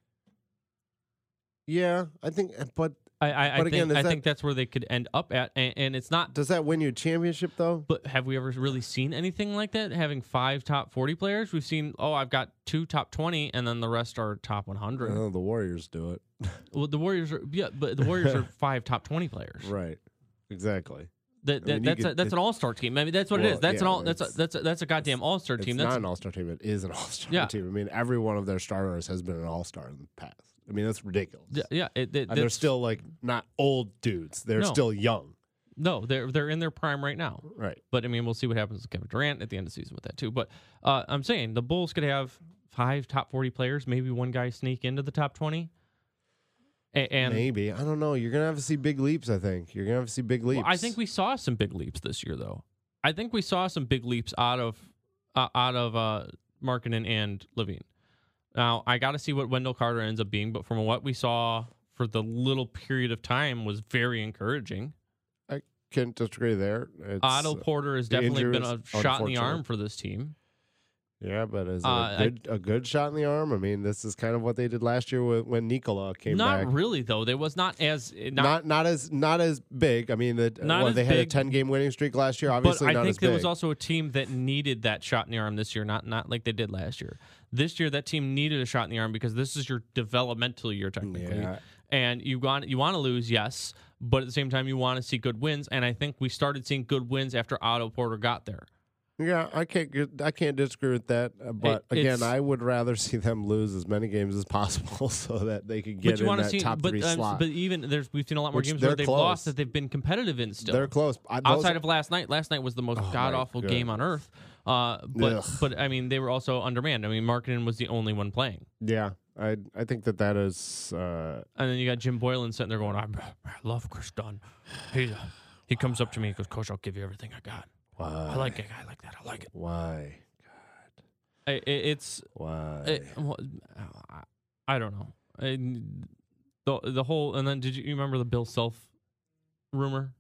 Speaker 2: Yeah, I think. eh, But
Speaker 1: I I, I
Speaker 2: But again,
Speaker 1: think
Speaker 2: is
Speaker 1: I
Speaker 2: that-
Speaker 1: think that's where they could end up at, and, and it's not
Speaker 2: does that win you a championship though?
Speaker 1: But have we ever really seen anything like that? Having five top 40 players? We've seen, oh, I've got two top 20, and then the rest are top 100.
Speaker 2: No, Oh, the Warriors do it.
Speaker 1: Well, the Warriors are, yeah, but the Warriors are five top 20 players.
Speaker 2: Right. Exactly.
Speaker 1: That,
Speaker 2: I
Speaker 1: that,
Speaker 2: mean, you
Speaker 1: that's, a,
Speaker 2: could-
Speaker 1: that's an all star team. I mean, that's what it
Speaker 2: Well,
Speaker 1: is. That's an
Speaker 2: yeah,
Speaker 1: all, that's a,
Speaker 2: it's-
Speaker 1: that's a, that's a goddamn all star
Speaker 2: It's
Speaker 1: team.
Speaker 2: not
Speaker 1: That's,
Speaker 2: an all-star team. It is an all-star
Speaker 1: Yeah.
Speaker 2: team. I mean, every one of their starters has been an all-star in the past. I mean, that's ridiculous.
Speaker 1: yeah, yeah, it, it,
Speaker 2: and they're
Speaker 1: that's-
Speaker 2: still like not old dudes. They're
Speaker 1: No.
Speaker 2: still young.
Speaker 1: no, they're, they're in their prime right now.
Speaker 2: Right.
Speaker 1: But I mean, we'll see what happens with Kevin Durant at the end of the season with that too. But uh, I'm saying the Bulls could have five top 40 players, maybe one guy sneak into the top 20. A- and
Speaker 2: Maybe. I don't know. You're gonna have to see big leaps. I think you're gonna have to see big leaps.
Speaker 1: Well, I think we saw some big leaps this year, though. I think we saw some big leaps out of uh, out of uh, Markkinen and Levine. Now I got to see what Wendell Carter ends up being, but from what we saw for the little period of time, was very encouraging.
Speaker 2: can't disagree there. It's, uh,
Speaker 1: Otto Porter has
Speaker 2: the
Speaker 1: definitely
Speaker 2: injury
Speaker 1: been a
Speaker 2: is
Speaker 1: shot in the
Speaker 2: unfortunate.
Speaker 1: arm for this team.
Speaker 2: Yeah, but is it
Speaker 1: Uh,
Speaker 2: a
Speaker 1: I-
Speaker 2: good, a good shot in the arm? I mean, this is kind of what they did last year when, when Nikola came
Speaker 1: not
Speaker 2: back.
Speaker 1: really, though. There was not as
Speaker 2: Not, not as not as big. I mean, the,
Speaker 1: Not
Speaker 2: well,
Speaker 1: as
Speaker 2: they had a
Speaker 1: big,
Speaker 2: ten game winning streak last year. Obviously,
Speaker 1: but I
Speaker 2: not
Speaker 1: think
Speaker 2: as
Speaker 1: there
Speaker 2: big.
Speaker 1: was also a team that needed that shot in the arm this year, not not like they did last year. This year, that team needed a shot in the arm because this is your developmental year technically,
Speaker 2: Yeah.
Speaker 1: and you want you want to lose, yes, but at the same time you want to see good wins, and I think we started seeing good wins after Otto Porter got there.
Speaker 2: yeah, I can't get- I can't disagree with that. uh, But
Speaker 1: It- it's-
Speaker 2: again, I would rather see them lose as many games as possible so that they could
Speaker 1: but
Speaker 2: get
Speaker 1: you
Speaker 2: in
Speaker 1: wanna
Speaker 2: that
Speaker 1: see,
Speaker 2: top
Speaker 1: but,
Speaker 2: three
Speaker 1: um,
Speaker 2: slot.
Speaker 1: but even there's we've seen a lot more
Speaker 2: Which
Speaker 1: games where
Speaker 2: they're
Speaker 1: they've
Speaker 2: close.
Speaker 1: lost that they've been competitive in still.
Speaker 2: They're close. I, those-
Speaker 1: uh, outside of last night. Last night was the most
Speaker 2: my
Speaker 1: god awful game on earth. Uh, but
Speaker 2: Ugh.
Speaker 1: but I mean they were also undermanned. I mean Markkinen was the only one playing.
Speaker 2: yeah, I I think that that is. Uh,
Speaker 1: And then you got Jim Boylan sitting there going, I, I love Chris Dunn. He, he comes up to me and goes, Coach, I'll give you everything I got.
Speaker 2: why?
Speaker 1: I like it. I like that. I like it.
Speaker 2: Why?
Speaker 1: it's,
Speaker 2: Why?
Speaker 1: it, well, Eh, I- I don't know. And the, the whole, and then did you, you remember the Bill Self rumor?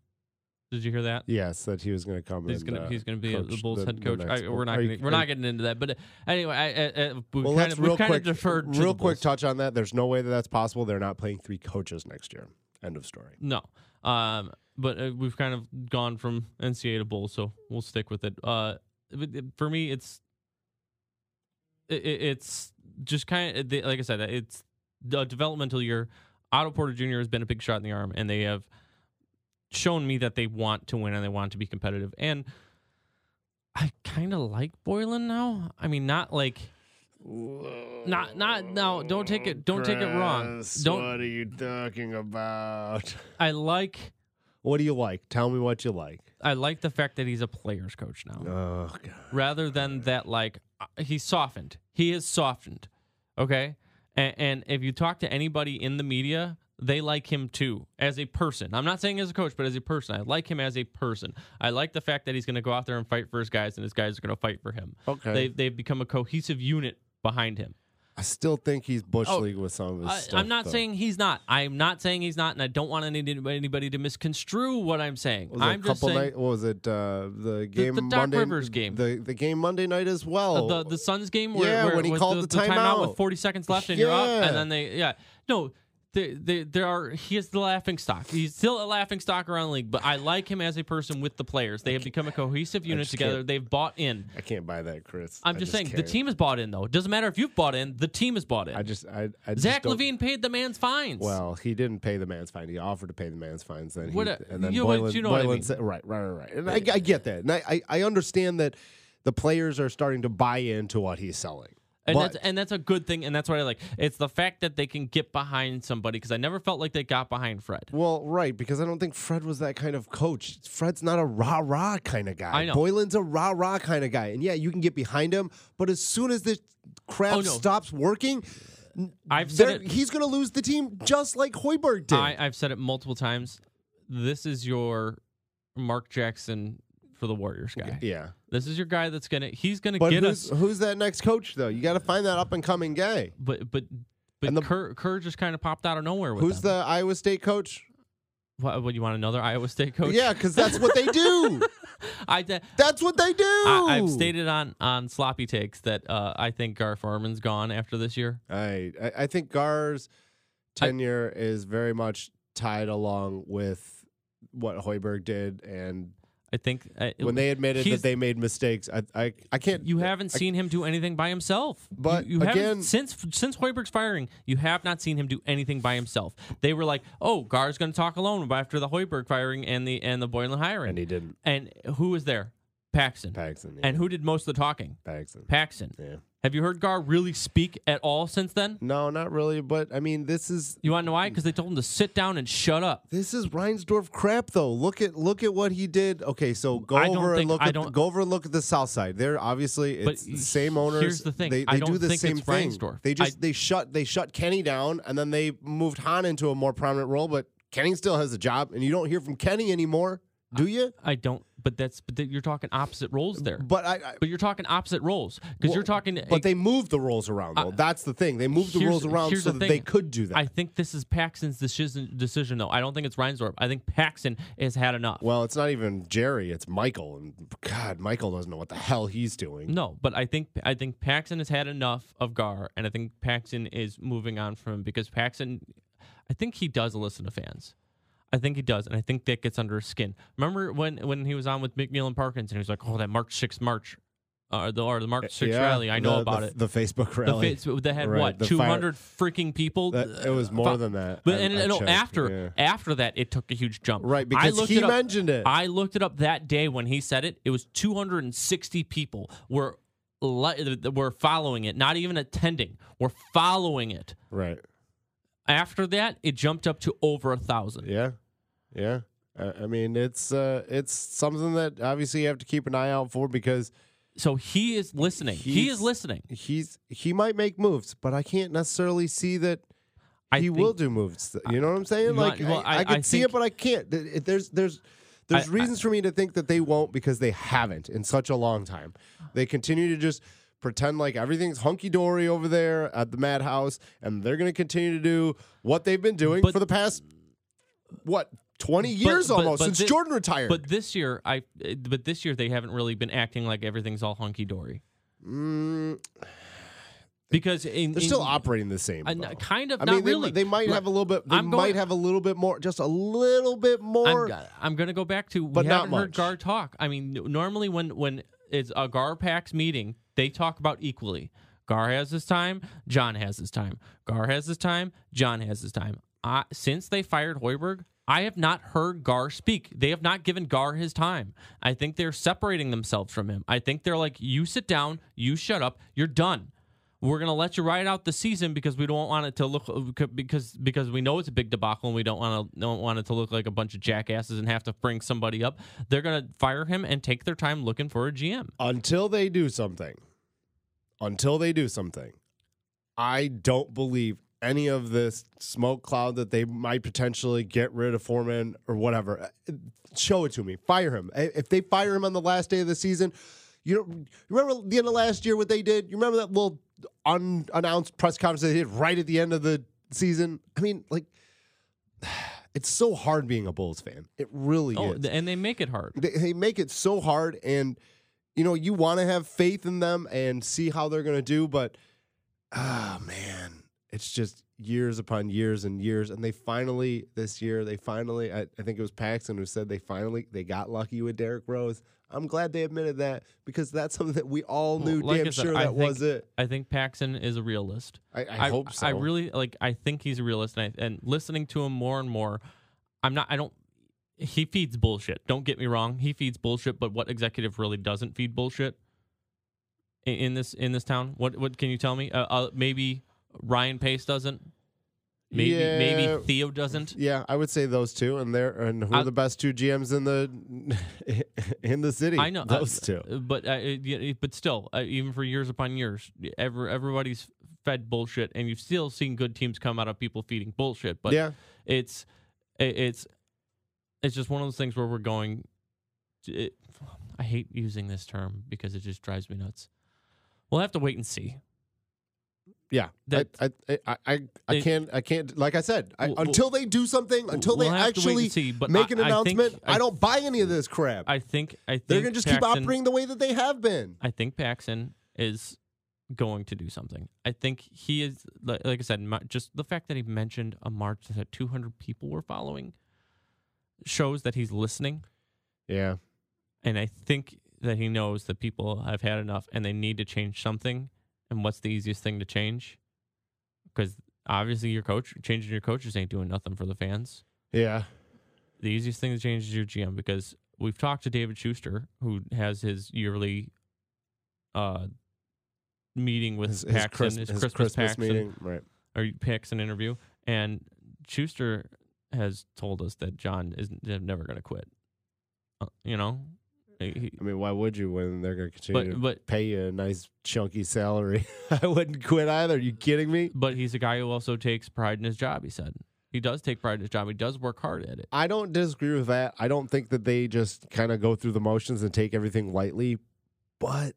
Speaker 1: Did you hear that?
Speaker 2: yes, that he was going to come.
Speaker 1: He's
Speaker 2: and,
Speaker 1: gonna
Speaker 2: uh,
Speaker 1: he's gonna be
Speaker 2: coach
Speaker 1: the Bulls
Speaker 2: the-
Speaker 1: head
Speaker 2: the
Speaker 1: coach.
Speaker 2: next
Speaker 1: I,
Speaker 2: Bull-
Speaker 1: we're not
Speaker 2: are you-
Speaker 1: gonna, we're
Speaker 2: are
Speaker 1: not
Speaker 2: you-
Speaker 1: getting into that. But uh, anyway, I, I, I we
Speaker 2: Well,
Speaker 1: kind
Speaker 2: let's
Speaker 1: of we
Speaker 2: real
Speaker 1: kind
Speaker 2: quick,
Speaker 1: of deferred. to
Speaker 2: real
Speaker 1: the
Speaker 2: quick
Speaker 1: Bulls.
Speaker 2: touch on that. There's no way that that's possible. They're not playing three coaches next year. End of story.
Speaker 1: No. Um, but uh, we've kind of gone from NCAA to bowl, so we'll stick with it. Uh, but it- for me, it's it, it- it's just kind of like I said, it's the developmental year. Otto Porter Jr. has been a big shot in the arm, and they have shown me that they want to win and they want to be competitive. And I kind of like Boylan now. I mean, not like not not no. Don't take it. Don't take it wrong. Don't
Speaker 2: are you talking about?
Speaker 1: I like
Speaker 2: What do you like? Tell me what you like.
Speaker 1: I like the fact that he's a players coach now,
Speaker 2: Oh God.
Speaker 1: rather than that like uh, he's softened. He is softened, okay. And, and if you talk to anybody in the media, they like him too as a person. I'm not saying as a coach, but as a person, I like him as a person. I like the fact that he's going to go out there and fight for his guys, and his guys are going to fight for him.
Speaker 2: Okay.
Speaker 1: They they've become a cohesive unit behind him.
Speaker 2: I still think he's bush
Speaker 1: Oh,
Speaker 2: league with some of his
Speaker 1: I,
Speaker 2: stuff.
Speaker 1: I'm not
Speaker 2: though.
Speaker 1: saying he's not. I'm not saying he's not, and I don't want any, anybody to misconstrue what I'm saying.
Speaker 2: Was it
Speaker 1: I'm
Speaker 2: a
Speaker 1: just
Speaker 2: couple
Speaker 1: saying
Speaker 2: night, what was it? Uh, the game
Speaker 1: the Doc
Speaker 2: Monday,
Speaker 1: Rivers game. Uh,
Speaker 2: The the game Monday night as well.
Speaker 1: the the Suns game where,
Speaker 2: Oh, Yeah,
Speaker 1: where
Speaker 2: when he
Speaker 1: it was
Speaker 2: called
Speaker 1: the,
Speaker 2: the
Speaker 1: timeout
Speaker 2: timeout.
Speaker 1: with 40 seconds left and you're up,
Speaker 2: Yeah.
Speaker 1: and then they yeah no. They, they, there are he is the laughing stock. He's still a laughing stock around the league, but I like him as a person with the players. They have become a cohesive unit
Speaker 2: just
Speaker 1: together.
Speaker 2: can't-
Speaker 1: They've bought in.
Speaker 2: I can't buy that, Chris.
Speaker 1: I'm
Speaker 2: I
Speaker 1: just, saying the
Speaker 2: can't.
Speaker 1: team is bought in though. It doesn't matter if you've bought in, the team is bought in.
Speaker 2: I just I, I just
Speaker 1: Zach
Speaker 2: don't-
Speaker 1: Levine paid the man's fines.
Speaker 2: Well, he didn't pay the man's fine. He offered to pay the man's fines. Then he-
Speaker 1: What a-
Speaker 2: and then
Speaker 1: you know what-
Speaker 2: Boylan,
Speaker 1: you know what I
Speaker 2: Boylan
Speaker 1: mean.
Speaker 2: said- right, right, right, right. And I, I get that, and I, I I understand that the players are starting to buy into what he's selling.
Speaker 1: And
Speaker 2: but
Speaker 1: that's and that's a good thing, and that's what I like. It's the fact that they can get behind somebody because I never felt like they got behind Fred.
Speaker 2: Well, right, because I don't think Fred was that kind of coach. Fred's not a rah rah kind of guy.
Speaker 1: I know.
Speaker 2: Boylan's a rah rah kind of guy. And yeah, you can get behind him, but as soon as this crap
Speaker 1: Oh, no.
Speaker 2: stops working,
Speaker 1: I've
Speaker 2: they're-
Speaker 1: said it.
Speaker 2: he's going to lose the team just like Hoiberg did.
Speaker 1: I, I've said it multiple times. This is your Mark Jackson for the Warriors guy.
Speaker 2: yeah.
Speaker 1: This is your guy that's gonna he's gonna
Speaker 2: But
Speaker 1: get
Speaker 2: who's,
Speaker 1: us.
Speaker 2: who's that next coach, though? You got to find that up and coming guy.
Speaker 1: But but but
Speaker 2: And the-
Speaker 1: Kerr, Kerr just kind of popped out of nowhere with
Speaker 2: Who's
Speaker 1: them.
Speaker 2: the Iowa State coach?
Speaker 1: the what, what, you want another Iowa State coach?
Speaker 2: Yeah, because that's what they do.
Speaker 1: I, de-
Speaker 2: that's what they do.
Speaker 1: I I've stated on on sloppy takes that uh, I think Gar Farman's gone after this year.
Speaker 2: I I, I think Gar's tenure is very much tied along with what Hoiberg did, and
Speaker 1: I think uh,
Speaker 2: when they admitted
Speaker 1: he's-
Speaker 2: that they made mistakes, I I, I can't.
Speaker 1: You haven't seen him do anything by himself.
Speaker 2: But
Speaker 1: you, you haven't-
Speaker 2: again-
Speaker 1: since since Hoiberg's firing, you have not seen him do anything by himself. They were like, "Oh, Gar's going to talk alone after the Hoiberg firing and the and the Boylan hiring."
Speaker 2: and he didn't.
Speaker 1: And, who was there? Paxton.
Speaker 2: Paxton, yeah,
Speaker 1: And who did most of the talking?
Speaker 2: Paxton.
Speaker 1: Paxton.
Speaker 2: Yeah.
Speaker 1: Have you heard Gar really speak at all since then?
Speaker 2: No, not really. But I mean, this is
Speaker 1: You want to know why? Because they told him to sit down and shut up.
Speaker 2: this is Reinsdorf crap, though. Look at look at what he did. Okay, so go
Speaker 1: I don't
Speaker 2: over and
Speaker 1: think-
Speaker 2: look
Speaker 1: I
Speaker 2: at
Speaker 1: don't-
Speaker 2: go over and look at the South Side. They're obviously
Speaker 1: But
Speaker 2: it's the same owners.
Speaker 1: here's the thing.
Speaker 2: They, they
Speaker 1: I
Speaker 2: do
Speaker 1: don't
Speaker 2: the
Speaker 1: think
Speaker 2: same
Speaker 1: it's
Speaker 2: thing.
Speaker 1: Reinsdorf.
Speaker 2: They just
Speaker 1: I-
Speaker 2: they shut they shut Kenny down, and then they moved Han into a more prominent role. But Kenny still has a job, and you don't hear from Kenny anymore, do you?
Speaker 1: I don't. But that's. But th- you're talking opposite roles there. But,
Speaker 2: But I. I
Speaker 1: you're talking opposite roles because you're talking.
Speaker 2: but they moved the roles around though. That's the thing. They moved the
Speaker 1: here's-
Speaker 2: roles around
Speaker 1: here's
Speaker 2: so
Speaker 1: the
Speaker 2: that they
Speaker 1: thing.
Speaker 2: could do that.
Speaker 1: I think this is Paxton's decision, decision though. I don't think it's Reinsdorf. I think Paxton has had enough.
Speaker 2: well, it's not even Jerry. It's Michael, and God, Michael doesn't know what the hell he's doing.
Speaker 1: no, but I think I think Paxton has had enough of Gar, and I think Paxton is moving on from him because Paxton, I think he does listen to fans. I think he does, and I think that gets under his skin. Remember when when he was on with McNeil and Parkins, and he was like, "Oh, that March 6th march, uh, the or the March 6th
Speaker 2: Yeah,
Speaker 1: rally. I know
Speaker 2: the-
Speaker 1: about
Speaker 2: the,
Speaker 1: it."
Speaker 2: The Facebook
Speaker 1: The
Speaker 2: rally.
Speaker 1: fits that had
Speaker 2: Right,
Speaker 1: what
Speaker 2: the fire-
Speaker 1: 200 freaking people.
Speaker 2: That- it was more
Speaker 1: Fi-
Speaker 2: than that.
Speaker 1: But
Speaker 2: I-
Speaker 1: and,
Speaker 2: I
Speaker 1: and no,
Speaker 2: checked,
Speaker 1: after after that, it took a huge jump.
Speaker 2: Right,
Speaker 1: I
Speaker 2: because
Speaker 1: looked
Speaker 2: he
Speaker 1: it up-
Speaker 2: mentioned it.
Speaker 1: I looked it up that day when he said it. It was 260 people were li- were following it, not even attending. Were following it.
Speaker 2: right.
Speaker 1: After that, it jumped up to over a thousand.
Speaker 2: Yeah. Yeah. I I mean, it's uh, it's something that obviously you have to keep an eye out for because
Speaker 1: So he is listening. he
Speaker 2: He's-
Speaker 1: is listening.
Speaker 2: he's he might make moves, but I can't necessarily see that
Speaker 1: I
Speaker 2: he
Speaker 1: think-
Speaker 2: will do moves. You know what I'm
Speaker 1: You
Speaker 2: saying?
Speaker 1: know,
Speaker 2: Like
Speaker 1: well,
Speaker 2: I,
Speaker 1: I-
Speaker 2: I can
Speaker 1: I
Speaker 2: see it,
Speaker 1: think-
Speaker 2: but I can't. Th- it- There's there's there's
Speaker 1: I- I-
Speaker 2: reasons for me to think that they won't because they haven't in such a long time. They continue to just pretend like everything's hunky dory over there at the madhouse, and they're going to continue to do what they've been doing
Speaker 1: But-
Speaker 2: for the past what. 20 years
Speaker 1: but-
Speaker 2: almost
Speaker 1: but
Speaker 2: since
Speaker 1: thi-
Speaker 2: Jordan retired.
Speaker 1: But this year, I uh, but this year they haven't really been acting like everything's all hunky dory
Speaker 2: Mm,
Speaker 1: because in,
Speaker 2: they're
Speaker 1: in-
Speaker 2: still operating the same.
Speaker 1: uh,
Speaker 2: though.
Speaker 1: n- kind of
Speaker 2: I
Speaker 1: not
Speaker 2: mean,
Speaker 1: really.
Speaker 2: they, they might
Speaker 1: Like,
Speaker 2: have a little bit. They
Speaker 1: I'm going-
Speaker 2: might have a little bit more, just a little bit more.
Speaker 1: I'm, go- I'm going to go back to
Speaker 2: But
Speaker 1: we
Speaker 2: not
Speaker 1: haven't heard
Speaker 2: much.
Speaker 1: Gar talk. I mean, n- normally when when it's a Gar Pax meeting, they talk about equally. Gar has his time. John has his time. Gar has his time. John has his time. I, since they fired Hoiberg, I have not heard Gar speak. They have not given Gar his time. I think they're separating themselves from him. I think they're like, you sit down, you shut up, you're done. We're gonna let you ride out the season because we don't want it to look because because we know it's a big debacle and we don't want to don't want it to look like a bunch of jackasses and have to bring somebody up. They're gonna fire him and take their time looking for a GM.
Speaker 2: until they do something, until they do something, I don't believe any of this smoke cloud that they might potentially get rid of Foreman or whatever. Uh, Show it to me. Fire him. I- If they fire him on the last day of the season, you don't remember the end of last year what they did. You remember that little unannounced press conference they did right at the end of the season. I mean, like. It's so hard being a Bulls fan. It really
Speaker 1: Oh,
Speaker 2: is
Speaker 1: and they make it hard.
Speaker 2: they, they make it so hard and you know you want to have faith in them and see how they're going to do but ah man it's just years upon years and years and they finally this year they finally I, I think it was paxton who said they finally they got lucky with derek rose i'm glad they admitted that because that's something that we all
Speaker 1: Well,
Speaker 2: knew
Speaker 1: like I
Speaker 2: damn
Speaker 1: said,
Speaker 2: sure
Speaker 1: I
Speaker 2: that was
Speaker 1: think-
Speaker 2: it
Speaker 1: I think Paxson is a realist.
Speaker 2: i, I, hope so
Speaker 1: I really like. I think he's a realist, and, I, and listening to him more and more, I'm not. I don't. He feeds bullshit. Don't get me wrong. He feeds bullshit. But what executive really doesn't feed bullshit i- in, this in this town? What what can you tell me? Uh, uh, maybe Ryan Pace doesn't. Maybe
Speaker 2: Yeah.
Speaker 1: maybe Theo doesn't.
Speaker 2: yeah, I would say those two, and they're and who
Speaker 1: I-
Speaker 2: are the best two GMs in the in the city?
Speaker 1: I know
Speaker 2: those two.
Speaker 1: uh, but uh, it- yeah, but still, uh, even for years upon years, ever everybody's fed bullshit, and you've still seen good teams come out of people feeding bullshit. But
Speaker 2: yeah,
Speaker 1: it's i- it's it's just one of those things where we're going it, i hate using this term because it just drives me nuts we'll have to wait and see
Speaker 2: Yeah,
Speaker 1: That-
Speaker 2: I, I, I, I, I
Speaker 1: They-
Speaker 2: can't, I can't. Like I said, I,
Speaker 1: Well, well-
Speaker 2: until they do something, until
Speaker 1: we'll
Speaker 2: they
Speaker 1: have to wait
Speaker 2: actually
Speaker 1: and see, but
Speaker 2: make
Speaker 1: I-
Speaker 2: an
Speaker 1: I think-
Speaker 2: announcement, I,
Speaker 1: I-
Speaker 2: don't buy any of this crap.
Speaker 1: i think i think
Speaker 2: They're gonna just keep
Speaker 1: Paxton-
Speaker 2: operating the way that they have been.
Speaker 1: i think paxton is going to do something i think he is li- like i said my, just the fact that he mentioned a march that 200 people were following shows that he's listening
Speaker 2: Yeah,
Speaker 1: And I think that he knows that people have had enough and they need to change something. And what's the easiest thing to change? Because obviously, your coach changing your coaches ain't doing nothing for the fans.
Speaker 2: yeah,
Speaker 1: The easiest thing to change is your GM because we've talked to David Schuster, who has his yearly uh, meeting with Paxton, his, Christmas, Paxton,
Speaker 2: meeting, right?
Speaker 1: or Paxton interview, and Schuster has told us that John is never going to quit. Uh, you know, He-
Speaker 2: I mean, why would you when they're gonna continue
Speaker 1: but
Speaker 2: to
Speaker 1: but
Speaker 2: pay you a nice chunky salary? I wouldn't quit either. you kidding me?
Speaker 1: but he's a guy who also takes pride in his job. He said he does take pride in his job. He does work hard at it.
Speaker 2: I don't disagree with that. I don't think that they just kind of go through the motions and take everything lightly, but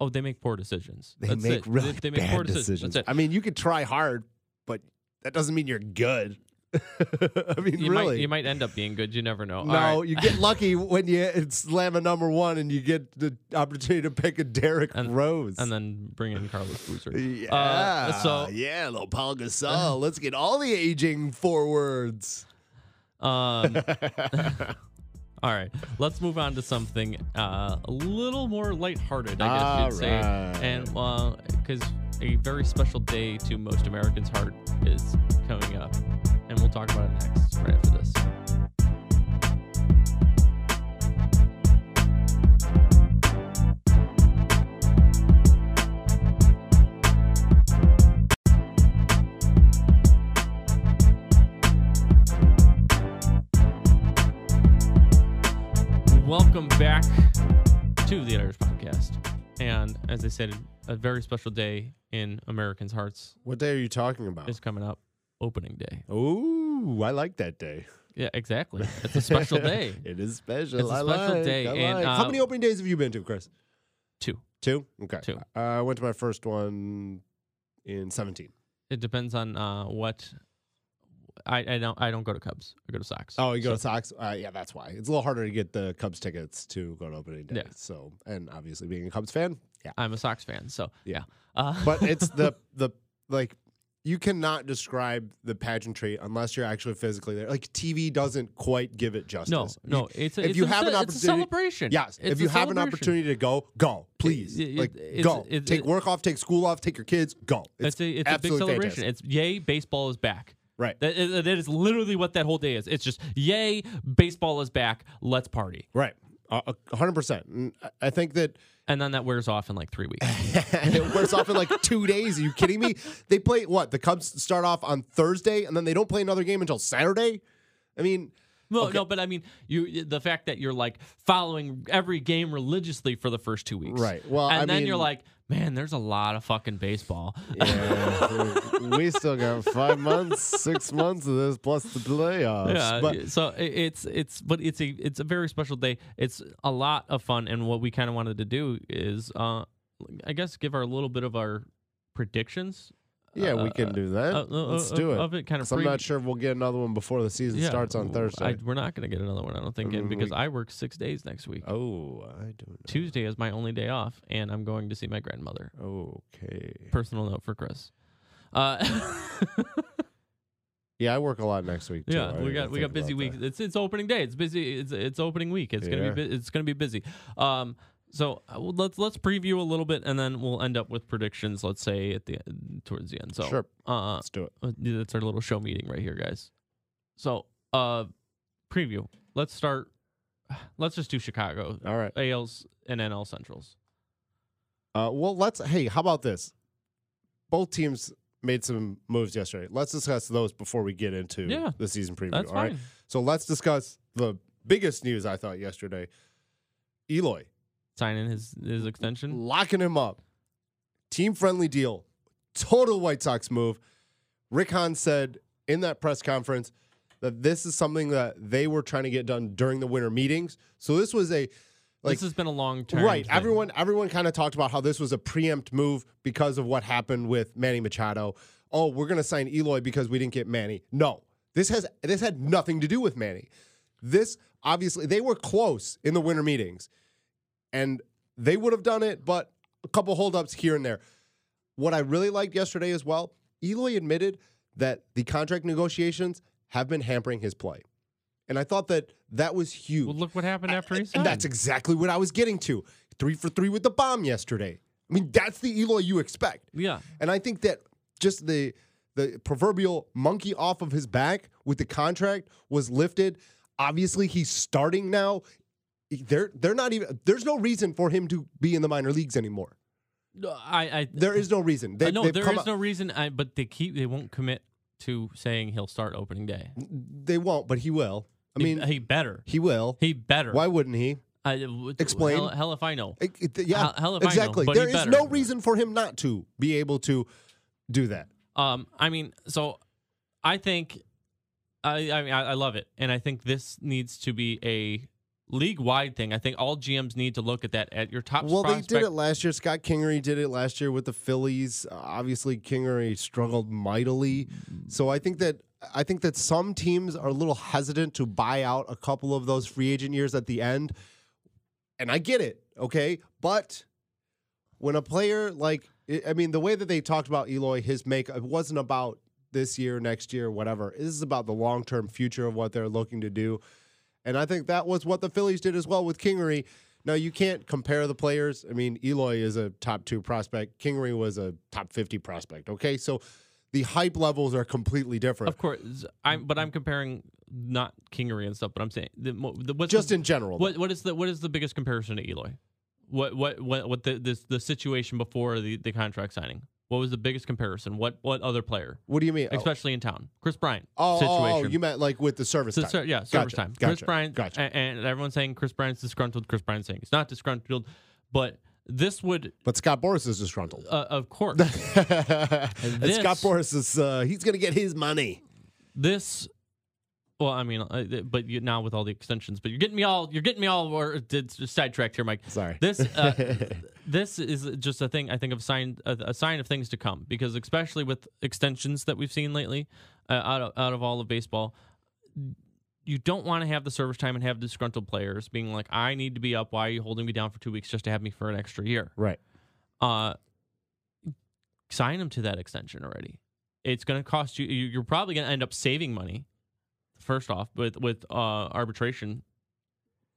Speaker 1: Oh, they make poor decisions.
Speaker 2: They
Speaker 1: That's
Speaker 2: make
Speaker 1: it.
Speaker 2: really
Speaker 1: they, they make
Speaker 2: bad
Speaker 1: poor
Speaker 2: decisions.
Speaker 1: That's
Speaker 2: I
Speaker 1: it.
Speaker 2: mean, you could try hard, but that doesn't mean you're good. I mean,
Speaker 1: You
Speaker 2: really.
Speaker 1: might you might end up being good. You never know. All
Speaker 2: no,
Speaker 1: right.
Speaker 2: you get lucky when you slam a number one and you get the opportunity to pick a Derek
Speaker 1: And-
Speaker 2: Rose.
Speaker 1: and then bring in Carlos Boozer. Uh,
Speaker 2: yeah,
Speaker 1: so-
Speaker 2: yeah, little Paul Gasol. Let's get all the aging forwards.
Speaker 1: Um, all right, let's move on to something uh, a little more lighthearted, I guess you'd
Speaker 2: Alright.
Speaker 1: say, and because a very special day to most Americans' heart is coming up, and we'll talk about it next right after this. Welcome back to the Irish Podcast. And as I said, a very special day in Americans' hearts
Speaker 2: What day are you talking about?
Speaker 1: is coming up. Opening day.
Speaker 2: Ooh, I like that day.
Speaker 1: Yeah, exactly. It's a special day.
Speaker 2: it is special.
Speaker 1: It's a
Speaker 2: I
Speaker 1: special
Speaker 2: like,
Speaker 1: day,
Speaker 2: I
Speaker 1: and,
Speaker 2: like.
Speaker 1: uh,
Speaker 2: How many opening days have you been to, Chris?
Speaker 1: Two.
Speaker 2: Two. Okay.
Speaker 1: Two.
Speaker 2: Uh, I went to my first one in seventeen.
Speaker 1: It depends on uh, what. I, I don't. I don't go to Cubs. I go to Sox.
Speaker 2: Oh, you go
Speaker 1: So-
Speaker 2: to Sox? Uh, yeah, that's why. It's a little harder to get the Cubs tickets to go to opening day.
Speaker 1: Yeah.
Speaker 2: So, and obviously being a Cubs fan, yeah.
Speaker 1: I'm a Sox fan, so
Speaker 2: Yeah.
Speaker 1: Uh,
Speaker 2: But it's the the like you cannot describe the pageantry unless you're actually physically there. Like TV doesn't quite give it justice.
Speaker 1: no,
Speaker 2: You-
Speaker 1: no. It's a,
Speaker 2: if
Speaker 1: it's
Speaker 2: you
Speaker 1: a,
Speaker 2: have an
Speaker 1: ce- it's
Speaker 2: opportunity-
Speaker 1: a celebration.
Speaker 2: Yes,
Speaker 1: It's
Speaker 2: if
Speaker 1: a
Speaker 2: you have an
Speaker 1: celebration.
Speaker 2: opportunity to go, go, please.
Speaker 1: it-
Speaker 2: like
Speaker 1: it's-
Speaker 2: go.
Speaker 1: it-
Speaker 2: take
Speaker 1: it-
Speaker 2: work off, take school off, take your kids, go.
Speaker 1: It's
Speaker 2: It's,
Speaker 1: a it's a big
Speaker 2: absolutely
Speaker 1: celebration.
Speaker 2: fantastic.
Speaker 1: It's yay, baseball is back.
Speaker 2: right.
Speaker 1: That is, that is literally what that whole day is. It's just yay, baseball is back. Let's party.
Speaker 2: Right. Uh, 100%. And I- I think that
Speaker 1: and then that wears off in like three weeks.
Speaker 2: it wears off in like two days. Are you kidding me? They play what? The Cubs start off on Thursday and then they don't play another game until Saturday? I mean,
Speaker 1: Well, no, but I mean, you the fact that you're like following every game religiously for the first two weeks,
Speaker 2: Right. Well,
Speaker 1: and
Speaker 2: I
Speaker 1: then you're
Speaker 2: mean-
Speaker 1: like, man, there's a lot of fucking baseball.
Speaker 2: yeah, we still got five months, six months of this plus the playoffs.
Speaker 1: Yeah,
Speaker 2: but
Speaker 1: Uh, so i- it's it's but it's a it's a very special day. It's a lot of fun, and what we kind of wanted to do is, uh, I guess, give our little bit of our predictions.
Speaker 2: yeah, we
Speaker 1: uh,
Speaker 2: can do that.
Speaker 1: uh, uh,
Speaker 2: Let's
Speaker 1: uh,
Speaker 2: do it.
Speaker 1: Of it kind of.
Speaker 2: 'Cause I'm not sure if we'll get another one before the season starts on Thursday.
Speaker 1: we're not going to get another one, I don't think,
Speaker 2: I
Speaker 1: in
Speaker 2: mean,
Speaker 1: because
Speaker 2: we-
Speaker 1: I work six days next week.
Speaker 2: oh, I don't. know.
Speaker 1: Tuesday is my only day off, and I'm going to see my grandmother.
Speaker 2: Okay.
Speaker 1: Personal note for Chris. Uh,
Speaker 2: Yeah, I work a lot next week. Too. I
Speaker 1: yeah, we
Speaker 2: didn't
Speaker 1: got we got
Speaker 2: think
Speaker 1: busy
Speaker 2: about
Speaker 1: week.
Speaker 2: that.
Speaker 1: It's it's opening day. It's busy. It's it's opening week. It's gonna be
Speaker 2: Yeah.
Speaker 1: bu- it's gonna be busy. Um, so uh, well, let's let's preview a little bit, and then we'll end up with predictions. Let's say at the towards the end. So
Speaker 2: Sure.
Speaker 1: uh,
Speaker 2: Let's do it.
Speaker 1: Uh, That's our little show meeting right here, guys. So, uh, preview. Let's start. Let's just do Chicago
Speaker 2: All right.
Speaker 1: ALs and NL Centrals.
Speaker 2: Uh, well, let's. Hey, how about this? Both teams made some moves yesterday. Let's discuss those before we get into
Speaker 1: Yeah.
Speaker 2: the season preview.
Speaker 1: That's
Speaker 2: all right?
Speaker 1: fine.
Speaker 2: So let's discuss the biggest news I thought yesterday. Eloy
Speaker 1: Signing his his extension.
Speaker 2: locking him up. Team friendly deal. Total White Sox move. Rick Hahn said in that press conference that this is something that they were trying to get done during the winter meetings. So this was a like
Speaker 1: this has been a long term.
Speaker 2: Right.
Speaker 1: thing.
Speaker 2: Everyone everyone kind of talked about how this was a preempt move because of what happened with Manny Machado. Oh, we're going to sign Eloy because we didn't get Manny. No. This has this had nothing to do with Manny. This obviously they were close in the winter meetings. And they would have done it, but a couple holdups here and there. What I really liked yesterday as well, Eloy admitted that the contract negotiations have been hampering his play. And I thought that that was huge.
Speaker 1: Well, look what happened after he
Speaker 2: And
Speaker 1: signed.
Speaker 2: that's exactly what I was getting to. Three for three with the bomb yesterday. I mean, that's the Eloy you expect.
Speaker 1: yeah.
Speaker 2: And I think that just the the proverbial monkey off of his back with the contract was lifted. Obviously, he's starting now. They're they're not even there's no reason for him to be in the minor leagugues anymore.
Speaker 1: No, I I
Speaker 2: There is no reason. They,
Speaker 1: I know
Speaker 2: they've
Speaker 1: there
Speaker 2: come
Speaker 1: is
Speaker 2: up-
Speaker 1: no reason. I but they keep they won't commit to saying he'll start opening day.
Speaker 2: they won't, but he will. I mean,
Speaker 1: he, he better.
Speaker 2: he will.
Speaker 1: He better.
Speaker 2: Why wouldn't he?
Speaker 1: I, w-
Speaker 2: Explain.
Speaker 1: Hell, hell if I know.
Speaker 2: It- it- yeah,
Speaker 1: Hell- hell if I know,
Speaker 2: exactly.
Speaker 1: but he
Speaker 2: there is
Speaker 1: better.
Speaker 2: no reason for him not to be able to do that.
Speaker 1: Um, I mean, so I think I I mean I, I love it, and I think this needs to be a league wide thing. I think all GMs need to look at that at your top.
Speaker 2: Well, they did
Speaker 1: prospect-
Speaker 2: it last year. Scott Kingery did it last year with the Phillies. Uh, obviously, Kingery struggled mightily. So I think that I think that some teams are a little hesitant to buy out a couple of those free agent years at the end. And I get it, okay? But when a player like I- I mean, the way that they talked about Eloy, his make it wasn't about this year, next year, whatever. This is about the long term future of what they're looking to do. And I think that was what the Phillies did as well with Kingery. Now you can't compare the players. I mean, Eloy is a top two prospect. Kingery was a top fifty prospect. Okay, so the hype levels are completely different.
Speaker 1: Of course, I'm but I'm comparing not Kingery and stuff, but I'm saying the, mo- the what's
Speaker 2: Just
Speaker 1: the,
Speaker 2: in general,
Speaker 1: what what is the what is the biggest comparison to Eloy? What what what what the this, the situation before the the contract signing? What was the biggest comparison? What what other player,
Speaker 2: what do you mean? Oh,
Speaker 1: especially in town? Chris Bryant
Speaker 2: oh,
Speaker 1: situation.
Speaker 2: oh, oh, you meant like with the service
Speaker 1: So,
Speaker 2: time.
Speaker 1: so- yeah, service
Speaker 2: Gotcha,
Speaker 1: time. Chris
Speaker 2: gotcha,
Speaker 1: Bryant,
Speaker 2: gotcha.
Speaker 1: a- and, everyone's saying Chris Bryant's disgruntled. Chris Bryant's saying he's not disgruntled, but this would,
Speaker 2: But Scott Boris is disgruntled.
Speaker 1: uh, of course,
Speaker 2: and
Speaker 1: this-
Speaker 2: Scott Boris is uh, he's going to get his money.
Speaker 1: this. Well, I mean, uh, th- but you, now with all the extensions, but you're getting me all, you're getting me all or, did, sidetracked here, Mike.
Speaker 2: Sorry.
Speaker 1: This uh, this is just a thing I think of sign a, a sign of things to come because especially with extensions that we've seen lately uh, out of, out of all of baseball, you don't want to have the service time and have disgruntled players being like, I need to be up. Why are you holding me down for two weeks just to have me for an extra year?
Speaker 2: Right.
Speaker 1: Uh, sign him to that extension already. It's going to cost you. you- You're probably going to end up saving money. First off, with with uh, arbitration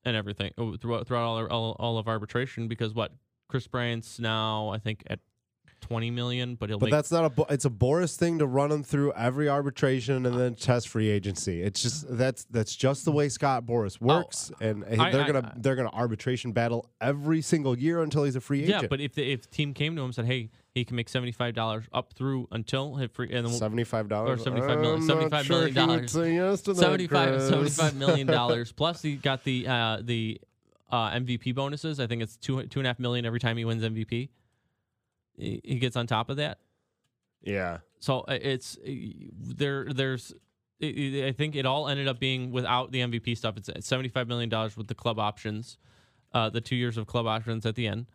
Speaker 1: and everything uh, oh, throughout throughout all, all all of arbitration because what Chris Bryant's now I think at twenty million, but he'll
Speaker 2: But
Speaker 1: make
Speaker 2: that's not a. Bo- It's a Boris thing to run them through every arbitration and then test free agency. It's just that's that's just the way Scott Boris works, and they're
Speaker 1: Oh, I-
Speaker 2: gonna they're gonna arbitration battle every single year until he's a free
Speaker 1: yeah.
Speaker 2: agent.
Speaker 1: But if the if the team came to him and said, hey, he can make seventy five dollars up through until his free, and then we'll,
Speaker 2: Seventy-five dollars
Speaker 1: Or $75 million-
Speaker 2: I'm not
Speaker 1: $75
Speaker 2: sure
Speaker 1: million
Speaker 2: he would
Speaker 1: dollars.
Speaker 2: say yes to that,
Speaker 1: 75,
Speaker 2: Chris.
Speaker 1: 75 million dollars. Plus, he got the uh, the uh, MVP bonuses. I think it's two two and a half million every time he wins MVP. He he gets on top of that.
Speaker 2: Yeah,
Speaker 1: So uh, it's uh, there. There's. i- i- I think it all ended up being without the MVP stuff. It's at seventy-five million dollars with the club options, uh, the two years of club options at the end.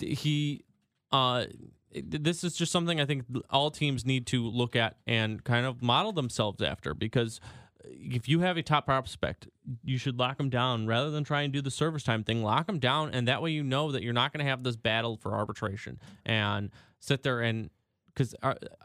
Speaker 1: He, uh, it- this is just something I think all teams need to look at and kind of model themselves after because if you have a top prospect, you should lock them down rather than try and do the service time thing. Lock them down, and that way you know that you're not going to have this battle for arbitration and sit there and because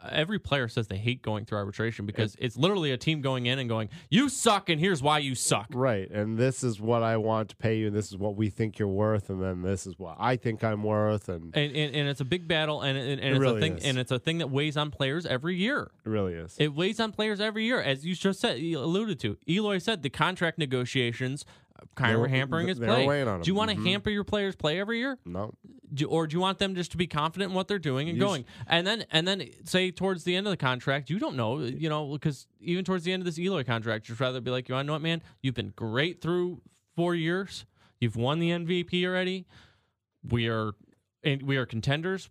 Speaker 1: every player says they hate going through arbitration because it's literally a team going in and going, "You suck, and here's why you suck."
Speaker 2: right. And this is what I want to pay you, and this is what we think you're worth, and then this is what I think I'm worth, and
Speaker 1: And, and, and it's a big battle, and, and, and
Speaker 2: It
Speaker 1: it's a
Speaker 2: really
Speaker 1: thing,
Speaker 2: is.
Speaker 1: and it's a thing that weighs on players every year.
Speaker 2: it really is.
Speaker 1: It weighs on players every year, as you just said, you alluded to. Eloy said the contract negotiations uh, kind
Speaker 2: They
Speaker 1: of
Speaker 2: were-
Speaker 1: were hampering his
Speaker 2: they were
Speaker 1: play.
Speaker 2: weighing on
Speaker 1: do you
Speaker 2: him.
Speaker 1: want to
Speaker 2: Mhm.
Speaker 1: hamper your players' play every year?
Speaker 2: no,
Speaker 1: do, or do you want them just to be confident in what they're doing and
Speaker 2: You s-
Speaker 1: going and then and then say towards the end of the contract you don't know you know because even towards the end of this eloy contract you'd rather be like you want to know what man you've been great through four years you've won the mvp already we are and we are contenders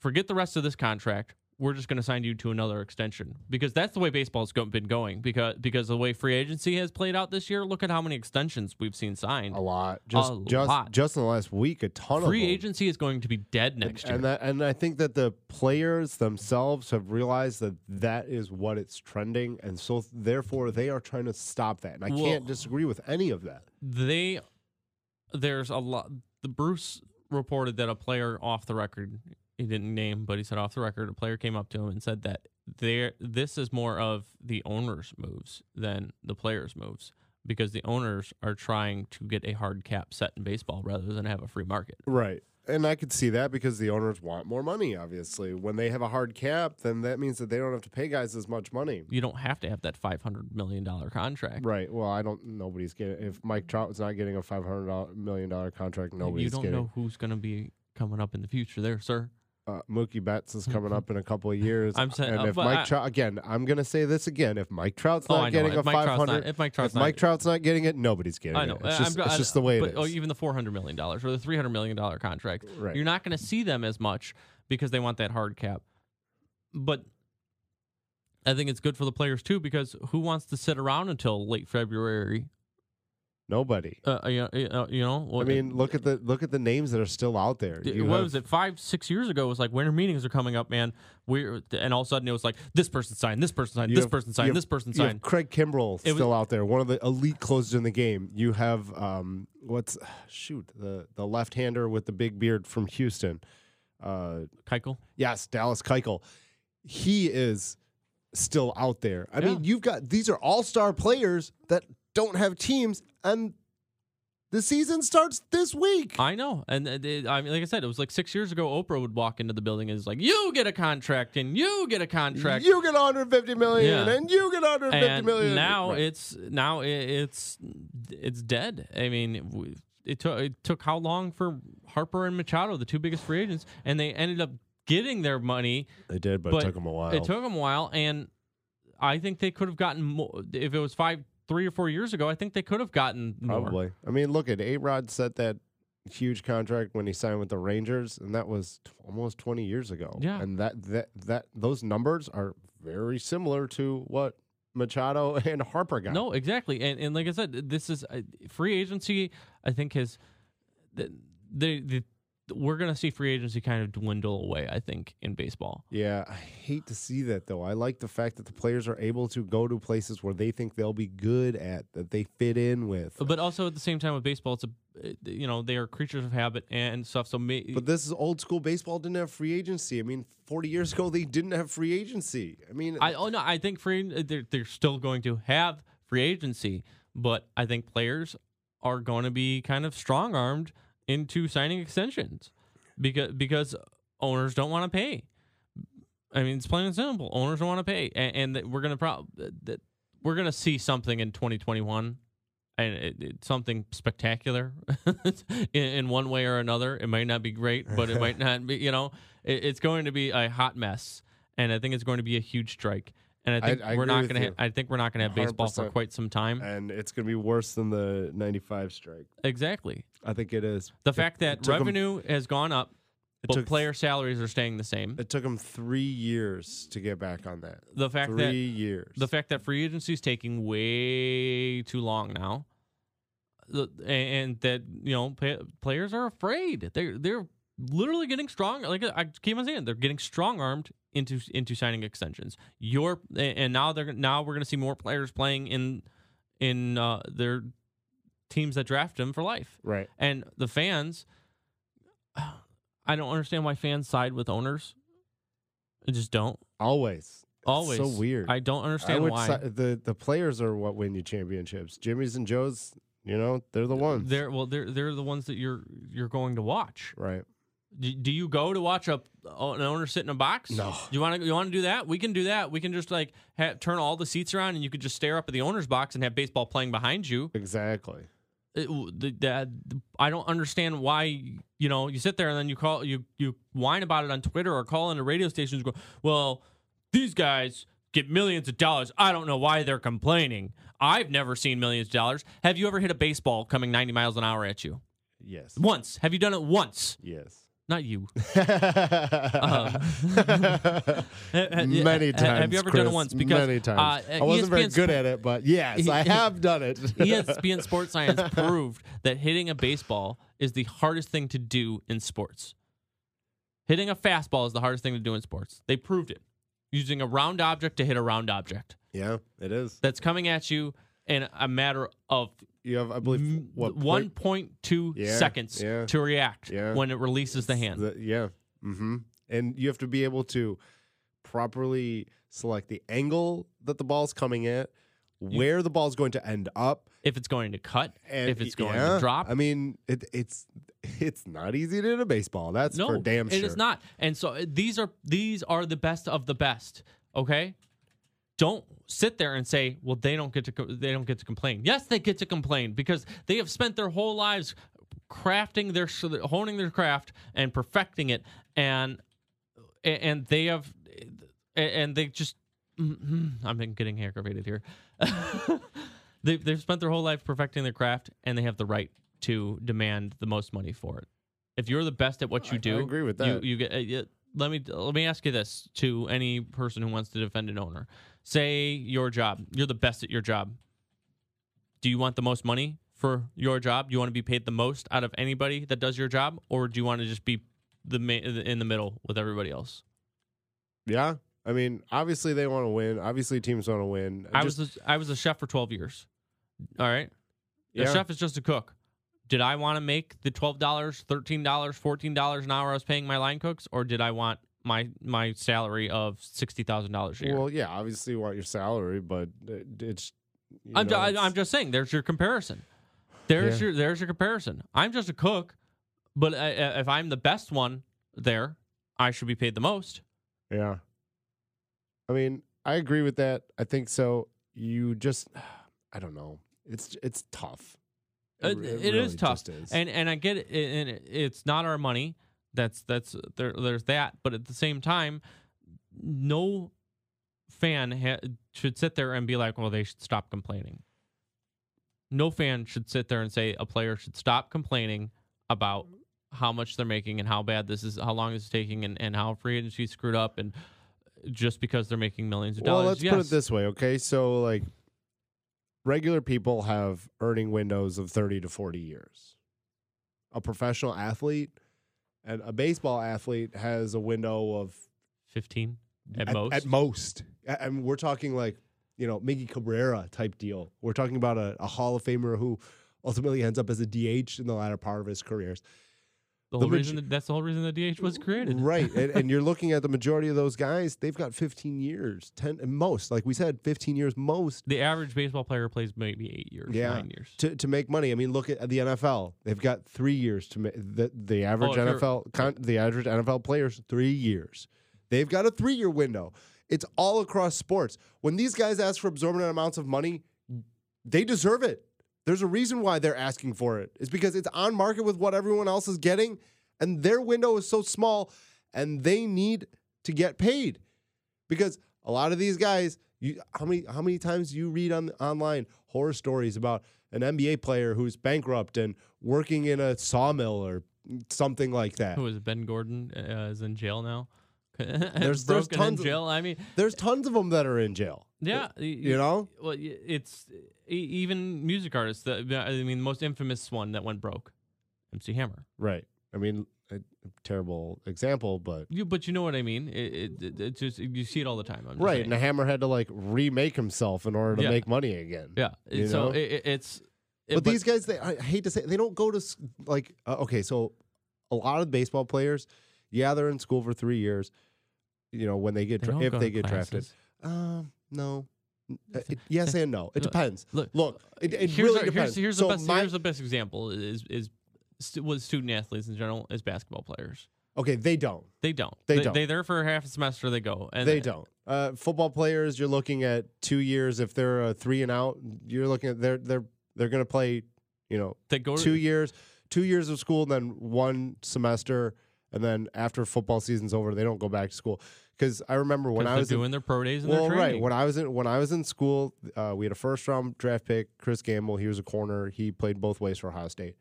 Speaker 1: forget the rest of this contract we're just going to sign you to another extension because that's the way baseball's go- been going because because the way free agency has played out this year look at how many extensions we've seen signed
Speaker 2: a lot. Just
Speaker 1: A
Speaker 2: just
Speaker 1: lot.
Speaker 2: just in the last week, a ton of
Speaker 1: free
Speaker 2: them.
Speaker 1: agency is going to be dead next year
Speaker 2: And that, and I think that the players themselves have realized that that is what it's trending, and so therefore they are trying to stop that. And I
Speaker 1: Well-
Speaker 2: can't disagree with any of that.
Speaker 1: they there's a lot the bruce reported that a player off the record he didn't name but he said off the record a player came up to him and said that there this is more of the owners moves than the players moves because the owners are trying to get a hard cap set in baseball rather than have a free market
Speaker 2: Right. And I could see that because the owners want more money. Obviously, when they have a hard cap, then that means that they don't have to pay guys as much money.
Speaker 1: you don't have to have that 500 million dollar contract
Speaker 2: Right. Well, I don't. Nobody's getting. If Mike Trout is not getting a five hundred million dollar contract, nobody's
Speaker 1: you don't
Speaker 2: getting.
Speaker 1: know who's going to be coming up in the future there sir
Speaker 2: uh, Mookie Betts is coming up in a couple of years.
Speaker 1: Mm-hmm. I'm saying-
Speaker 2: and
Speaker 1: uh,
Speaker 2: if
Speaker 1: but
Speaker 2: Mike
Speaker 1: I-
Speaker 2: Trout again, I'm gonna say this again. If Mike Trout's
Speaker 1: Oh,
Speaker 2: not
Speaker 1: I know.
Speaker 2: getting
Speaker 1: If
Speaker 2: a
Speaker 1: Mike Trout's
Speaker 2: five
Speaker 1: not-
Speaker 2: hundred,
Speaker 1: if Mike Trout's not-
Speaker 2: Mike Trout's not getting it, nobody's getting
Speaker 1: I know.
Speaker 2: it. It's
Speaker 1: I'm-
Speaker 2: just,
Speaker 1: I'm-
Speaker 2: it's just the way
Speaker 1: but,
Speaker 2: it
Speaker 1: Oh,
Speaker 2: is.
Speaker 1: even the four hundred million dollars or the three hundred million dollar contract,
Speaker 2: Right.
Speaker 1: you're not going to see them as much because they want that hard cap. But I think it's good for the players too because who wants to sit around until late February?
Speaker 2: Nobody.
Speaker 1: Uh, you know, you know
Speaker 2: I mean, look at the look at the names that are still out there.
Speaker 1: D-
Speaker 2: You
Speaker 1: what
Speaker 2: have-
Speaker 1: was it? Five, six years ago, it was like winter meetings are coming up, man. We are and all of a sudden it was like this person signed, this person signed,
Speaker 2: you
Speaker 1: this
Speaker 2: have-
Speaker 1: person
Speaker 2: you
Speaker 1: signed,
Speaker 2: have-
Speaker 1: this person
Speaker 2: you have
Speaker 1: signed.
Speaker 2: Craig Kimbrell
Speaker 1: It was-
Speaker 2: still out there, one of the elite closers in the game. You have um, what's shoot the the left hander with the big beard from Houston. Uh,
Speaker 1: Keuchel,
Speaker 2: Yes, Dallas Keuchel. He is still out there. I
Speaker 1: Yeah.
Speaker 2: mean, you've got these are all star players that don't have teams, and the season starts this week.
Speaker 1: I know, and it- it- I mean, like I said, it was like six years ago. Oprah would walk into the building and is like, "You get a contract, and you get a contract."
Speaker 2: You get 150 million,
Speaker 1: Yeah.
Speaker 2: and you get 150 million.
Speaker 1: and now
Speaker 2: Right.
Speaker 1: it's now i- it's it's dead. I mean, it, w- it took it took how long for Harper and Machado, the two biggest free agents, and they ended up getting their money.
Speaker 2: they did, but,
Speaker 1: but
Speaker 2: it took them a while.
Speaker 1: It took them a while, and I think they could have gotten more if it was five, three or four years ago. I think they could have gotten more.
Speaker 2: Probably. I mean, look at A Rod set that huge contract when he signed with the Rangers, and that was t- almost 20 years ago.
Speaker 1: Yeah.
Speaker 2: And that, that, that, those numbers are very similar to what Machado and Harper got.
Speaker 1: No, exactly. And and like I said, this is uh, free agency. I think has the the, the we're gonna see free agency kind of dwindle away. I think in baseball.
Speaker 2: Yeah, I hate to see that though. I like the fact that the players are able to go to places where they think they'll be good at, that they fit in with. But,
Speaker 1: But also at the same time with baseball, it's a you know they are creatures of habit and stuff. So may,
Speaker 2: this is old school baseball didn't have free agency. I mean, 40 years ago they didn't have free agency. I mean,
Speaker 1: I oh no, I think free they're they're still going to have free agency, but I think players are going to be kind of strong armed into signing extensions because because owners don't want to pay. I mean, it's plain and simple. Owners don't want to pay, and, and that we're gonna pro- that we're gonna see something in 2021, and it, it, something spectacular in, in one way or another. It might not be great, but it might not be. You know, it, it's going to be a hot mess, and I think it's going to be a huge strike. And I think
Speaker 2: I- I
Speaker 1: we're
Speaker 2: agree
Speaker 1: not
Speaker 2: with
Speaker 1: gonna.
Speaker 2: you.
Speaker 1: Ha- I think we're not gonna have baseball for
Speaker 2: 100%.
Speaker 1: quite some time.
Speaker 2: and it's going to be worse than the 95 strike.
Speaker 1: Exactly.
Speaker 2: I think it is.
Speaker 1: The fact that
Speaker 2: took 'em-
Speaker 1: revenue has gone up, but
Speaker 2: took-
Speaker 1: player salaries are staying the same.
Speaker 2: It took them three years to get back on that.
Speaker 1: The fact
Speaker 2: three
Speaker 1: that
Speaker 2: years.
Speaker 1: the fact that free agency is taking way too long now, the- and and that you know pa players are afraid. They're they're literally getting strong. Like I keep on saying, they're getting strong armed into into signing extensions. Your and and now they're now we're gonna see more players playing in in uh, their teams that draft them for life.
Speaker 2: right.
Speaker 1: And the fans, I don't understand why fans side with owners. I just don't.
Speaker 2: Always. It's
Speaker 1: Always.
Speaker 2: so weird.
Speaker 1: I don't understand
Speaker 2: would
Speaker 1: why.
Speaker 2: si- the the players are what win you championships. Jimmy's and Joe's, you know, they're the ones.
Speaker 1: They're well, they're they're the ones that you're you're going to watch.
Speaker 2: right.
Speaker 1: Do, do you go to watch a an owner sit in a box?
Speaker 2: No.
Speaker 1: Do you want to you want to do that? We can do that. We can just like ha- turn all the seats around, and you could just stare up at the owner's box and have baseball playing behind you.
Speaker 2: Exactly.
Speaker 1: It, w- the, that I don't understand why you know you sit there and then you call you you whine about it on Twitter or call into radio stations. And go well, these guys get millions of dollars. I don't know why they're complaining. I've never seen millions of dollars. Have you ever hit a baseball coming ninety miles an hour at you?
Speaker 2: Yes.
Speaker 1: Once. Have you done it once?
Speaker 2: Yes.
Speaker 1: Not you.
Speaker 2: Um, Many times.
Speaker 1: Have you ever done it
Speaker 2: Chris.
Speaker 1: once? Because
Speaker 2: many times.
Speaker 1: uh,
Speaker 2: I wasn't very
Speaker 1: ESPN's
Speaker 2: good at it, but
Speaker 1: E
Speaker 2: yes, I have done it.
Speaker 1: ESPN Sports Science proved that hitting a baseball is the hardest thing to do in sports. Hitting a fastball is the hardest thing to do in sports. They proved it using a round object to hit a round object
Speaker 2: yeah, it is.
Speaker 1: that's coming at you in a matter of
Speaker 2: You have, I believe, what
Speaker 1: one
Speaker 2: point-
Speaker 1: point two
Speaker 2: Yeah,
Speaker 1: seconds
Speaker 2: yeah,
Speaker 1: to react
Speaker 2: yeah.
Speaker 1: when it releases the hand.
Speaker 2: The- yeah. Mm-hmm. And you have to be able to properly select the angle that the ball's coming at, where the ball's going to end up,
Speaker 1: if it's going to cut,
Speaker 2: and
Speaker 1: if it's going
Speaker 2: yeah,
Speaker 1: to drop,
Speaker 2: I mean, it, it's it's not easy to hit a baseball. That's
Speaker 1: no,
Speaker 2: for damn sure.
Speaker 1: it is not. And so uh, these are these are the best of the best. Okay, don't sit there and say, "Well, they don't get to co- they don't get to complain." Yes, they get to complain because they have spent their whole lives crafting their honing their craft and perfecting it, and and they have and they just mm-hmm, I'm getting aggravated here. they they've spent their whole life perfecting their craft, and they have the right to demand the most money for it. If you're the best at what you
Speaker 2: Oh, I
Speaker 1: do,
Speaker 2: agree with
Speaker 1: you-
Speaker 2: that.
Speaker 1: You, get. Uh, yeah, let me let me ask you this to any person who wants to defend an owner. Say your job. You're the best at your job. Do you want the most money for your job? Do you want to be paid the most out of anybody that does your job, or do you want to just be the ma- in the middle with everybody else?
Speaker 2: Yeah. I mean, obviously they want to win. Obviously teams want to win.
Speaker 1: I
Speaker 2: Just-
Speaker 1: was a, I was a chef for twelve years. All right, a
Speaker 2: Yeah.
Speaker 1: chef is just a cook. Did I want to make the twelve dollars, thirteen dollars, fourteen dollars an hour I was paying my line cooks, or did I want my my salary of sixty thousand dollars a year?
Speaker 2: well, yeah, obviously you want your salary, but it, it's you
Speaker 1: I'm,
Speaker 2: know,
Speaker 1: ju-
Speaker 2: it's-
Speaker 1: I, am just saying. There's your comparison. There's
Speaker 2: Yeah.
Speaker 1: your there's your comparison. I'm just a cook, but I, I- if I'm the best one there, I should be paid the most.
Speaker 2: Yeah. I mean, I agree with that. I think so. You just I don't know. It's it's tough.
Speaker 1: It-
Speaker 2: re-
Speaker 1: it is tough.
Speaker 2: just is.
Speaker 1: And and I get it, and it- it's not our money. That's that's there. There's that. But at the same time, no fan ha- should sit there and be like, "Well, they should stop complaining." No fan should sit there and say a player should stop complaining about how much they're making and how bad this is, how long this is taking, and, and how free agency screwed up, and just because they're making millions of
Speaker 2: well,
Speaker 1: dollars.
Speaker 2: let's
Speaker 1: yes,
Speaker 2: put it this way, okay? So like regular people have earning windows of 30 to 40 years. A professional athlete and a baseball athlete has a window of
Speaker 1: fifteen at,
Speaker 2: at,
Speaker 1: most.
Speaker 2: at most. A- And we're talking like, you know, Miggy Cabrera type deal. We're talking about a, a Hall of Famer who ultimately ends up as a DH in the latter part of his careers.
Speaker 1: The
Speaker 2: The
Speaker 1: whole
Speaker 2: maj-
Speaker 1: reason that, that's the whole reason the DH was created.
Speaker 2: Right. And, and you're looking at the majority of those guys, they've got 15 years, 10 and most, like we said, 15 years most
Speaker 1: The average baseball player plays maybe eight years,
Speaker 2: Yeah.
Speaker 1: nine years.
Speaker 2: to, to make money. I mean, look at the NFL. They've got three years to make the, the average
Speaker 1: if you're-
Speaker 2: NFL, con, the average NFL players, three years. They've got a three year window. It's all across sports. When these guys ask for exorbitant amounts of money, they deserve it. There's a reason why they're asking for it. It's because it's on market with what everyone else is getting, and their window is so small, and they need to get paid. Because a lot of these guys, you how many how many times do you read on online horror stories about an NBA player who's bankrupt and working in a sawmill or something like that.
Speaker 1: Who is it, Ben Gordon uh, is in jail now?
Speaker 2: there's
Speaker 1: broken
Speaker 2: tons
Speaker 1: in
Speaker 2: of-
Speaker 1: jail. I mean,
Speaker 2: There's tons of them that are in jail.
Speaker 1: yeah,
Speaker 2: You know,
Speaker 1: Well, y- it's e- even music artists. The, I mean, the most infamous one that went broke, MC Hammer.
Speaker 2: right? I mean, a terrible example, but
Speaker 1: You, but you know what I mean. It, it, it, it's just you see it all the time. I'm just
Speaker 2: Right,
Speaker 1: saying.
Speaker 2: and the hammer had to like remake himself in order to
Speaker 1: Yeah.
Speaker 2: make money again.
Speaker 1: Yeah.
Speaker 2: You
Speaker 1: so
Speaker 2: know?
Speaker 1: it, it- it's. it-
Speaker 2: but, these guys, they, I hate to say, they don't go to s- like uh, okay, so a lot of baseball players, yeah, they're in school for three years. You know, when they get
Speaker 1: they
Speaker 2: dra-
Speaker 1: don't
Speaker 2: if
Speaker 1: go
Speaker 2: they
Speaker 1: to
Speaker 2: get drafted,
Speaker 1: classes.
Speaker 2: um, no, Uh, it- yes and no, it
Speaker 1: Look,
Speaker 2: depends.
Speaker 1: Look,
Speaker 2: Look, it, it
Speaker 1: uh, here's
Speaker 2: really
Speaker 1: our-
Speaker 2: depends.
Speaker 1: Here's, here's
Speaker 2: so
Speaker 1: the best.
Speaker 2: my-
Speaker 1: here's the best example is is stu- was student athletes in general as basketball players.
Speaker 2: okay, they don't.
Speaker 1: They don't.
Speaker 2: They don't.
Speaker 1: They're there for half a semester. They go. And
Speaker 2: they don't. Uh, football players, you're looking at two years. If they're a three and out, you're looking at they're they're they're going to play. You know,
Speaker 1: They go.
Speaker 2: two years, two years of school, then one semester, and then after football season's over, they don't go back to school. Because I remember when I was in,
Speaker 1: doing their pro days and
Speaker 2: well,
Speaker 1: their
Speaker 2: right
Speaker 1: training.
Speaker 2: when I was in when I was in school, uh, we had a first round draft pick, Chris Gamble. He was a corner. He played both ways for Ohio State.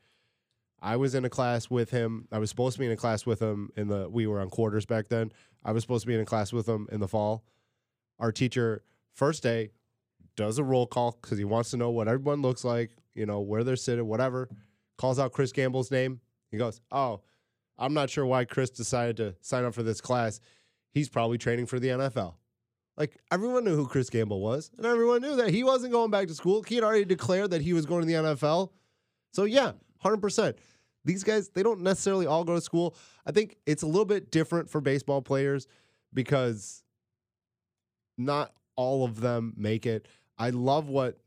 Speaker 2: I was in a class with him. I was supposed to be in a class with him in the. We were on quarters back then. I was supposed to be in a class with him in the fall. Our teacher, first day, does a roll call because he wants to know what everyone looks like, you know, where they're sitting, whatever. Calls out Chris Gamble's name. He goes, "Oh, I'm not sure why Chris decided to sign up for this class. He's probably training for the NFL." Like everyone knew who Chris Gamble was, and everyone knew that he wasn't going back to school. He had already declared that he was going to the NFL. So yeah, hundred percent. These guys, they don't necessarily all go to school. I think it's a little bit different for baseball players because not all of them make it. I love what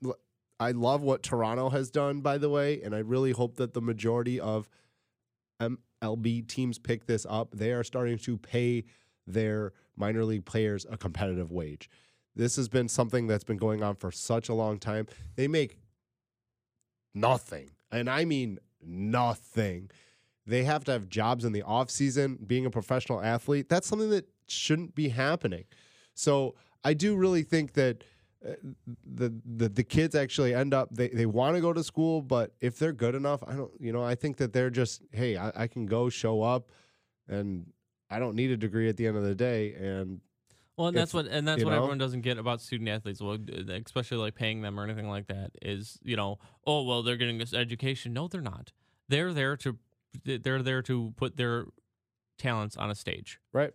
Speaker 2: I love what Toronto has done, by the way, and I really hope that the majority of MLB teams pick this up. They are starting to pay their minor league players a competitive wage. This has been something that's been going on for such a long time. They make nothing, and I mean nothing. They have to have jobs in the off season. Being a professional athlete, that's something that shouldn't be happening. So I do really think that uh, the the, the kids actually end up they, they want to go to school, but if they're good enough, I don't you know I think that they're just hey I, I can go show up, and I don't need a degree at the end of the day, and
Speaker 1: Well, and
Speaker 2: if-
Speaker 1: that's what and that's
Speaker 2: you
Speaker 1: what
Speaker 2: know?
Speaker 1: everyone doesn't get about student athletes. Well, d- especially like paying them or anything like that is you know, oh well, they're getting this education. No, they're not. They're there to they're there to put their talents on a stage.
Speaker 2: right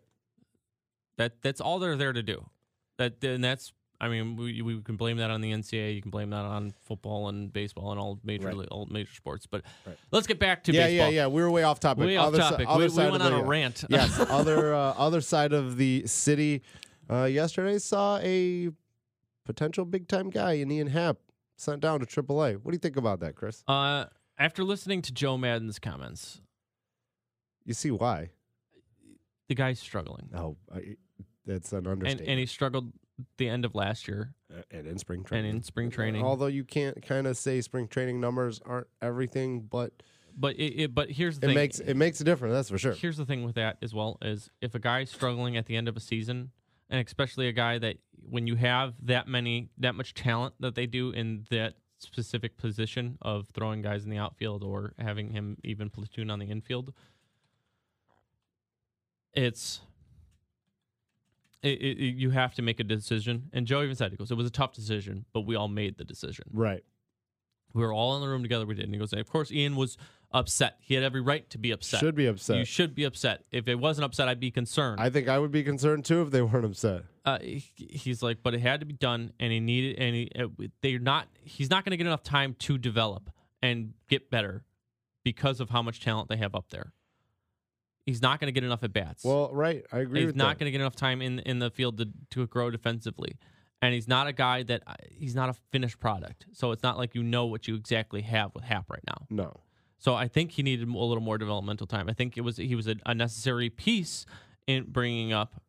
Speaker 1: That that's all they're there to do. That and that's I mean we we can blame that on the NCAA. You can blame that on football and baseball and all major
Speaker 2: Right.
Speaker 1: li- all major sports. But
Speaker 2: Right.
Speaker 1: let's get back to
Speaker 2: yeah
Speaker 1: baseball.
Speaker 2: yeah yeah we were way off topic
Speaker 1: Way off
Speaker 2: Other si-
Speaker 1: topic.
Speaker 2: other
Speaker 1: we, we
Speaker 2: side
Speaker 1: went
Speaker 2: of
Speaker 1: on a
Speaker 2: the-
Speaker 1: rant.
Speaker 2: yes other uh, other side of the city uh, yesterday saw a potential big time guy in Ian Happ sent down to AAA. What do you think about that, Chris?
Speaker 1: Uh, after listening to Joe Madden's comments,
Speaker 2: You see why?
Speaker 1: the guy's struggling.
Speaker 2: Oh, I, that's an
Speaker 1: and,
Speaker 2: understatement.
Speaker 1: and he struggled the end of last year
Speaker 2: Uh, and in spring
Speaker 1: and
Speaker 2: training.
Speaker 1: in spring training.
Speaker 2: Although you can't kind of say spring training numbers aren't everything, but
Speaker 1: but it, it but here's the
Speaker 2: it
Speaker 1: thing.
Speaker 2: makes it makes a difference. That's for sure.
Speaker 1: Here's the thing with that as well is if a guy's struggling at the end of a season, and especially a guy that when you have that many that much talent that they do in that specific position of throwing guys in the outfield or having him even platoon on the infield, it's it, it, it- you have to make a decision. And Joe even said, he goes, it was a tough decision, but we all made the decision.
Speaker 2: Right.
Speaker 1: We were all in the room together. We did. And he goes, and of course, Ian was upset. He had every right to be upset.
Speaker 2: Should be upset.
Speaker 1: You should be upset. If it wasn't upset, I'd be concerned.
Speaker 2: I think I would be concerned too if they weren't upset.
Speaker 1: uh, he- he's like, but it had to be done, and he needed, and he, uh, they're not. He's not going to get enough time to develop and get better because of how much talent they have up there. He's not going to get enough at bats.
Speaker 2: Well, right. I agree
Speaker 1: he's
Speaker 2: with
Speaker 1: not
Speaker 2: that.
Speaker 1: going to get enough time in in the field to, to grow defensively and he's not a guy that uh, he's not a finished product so it's not like you know what you exactly have with hap right now
Speaker 2: no.
Speaker 1: so i think he needed a little more developmental time i think it was he was a, a necessary piece in bringing up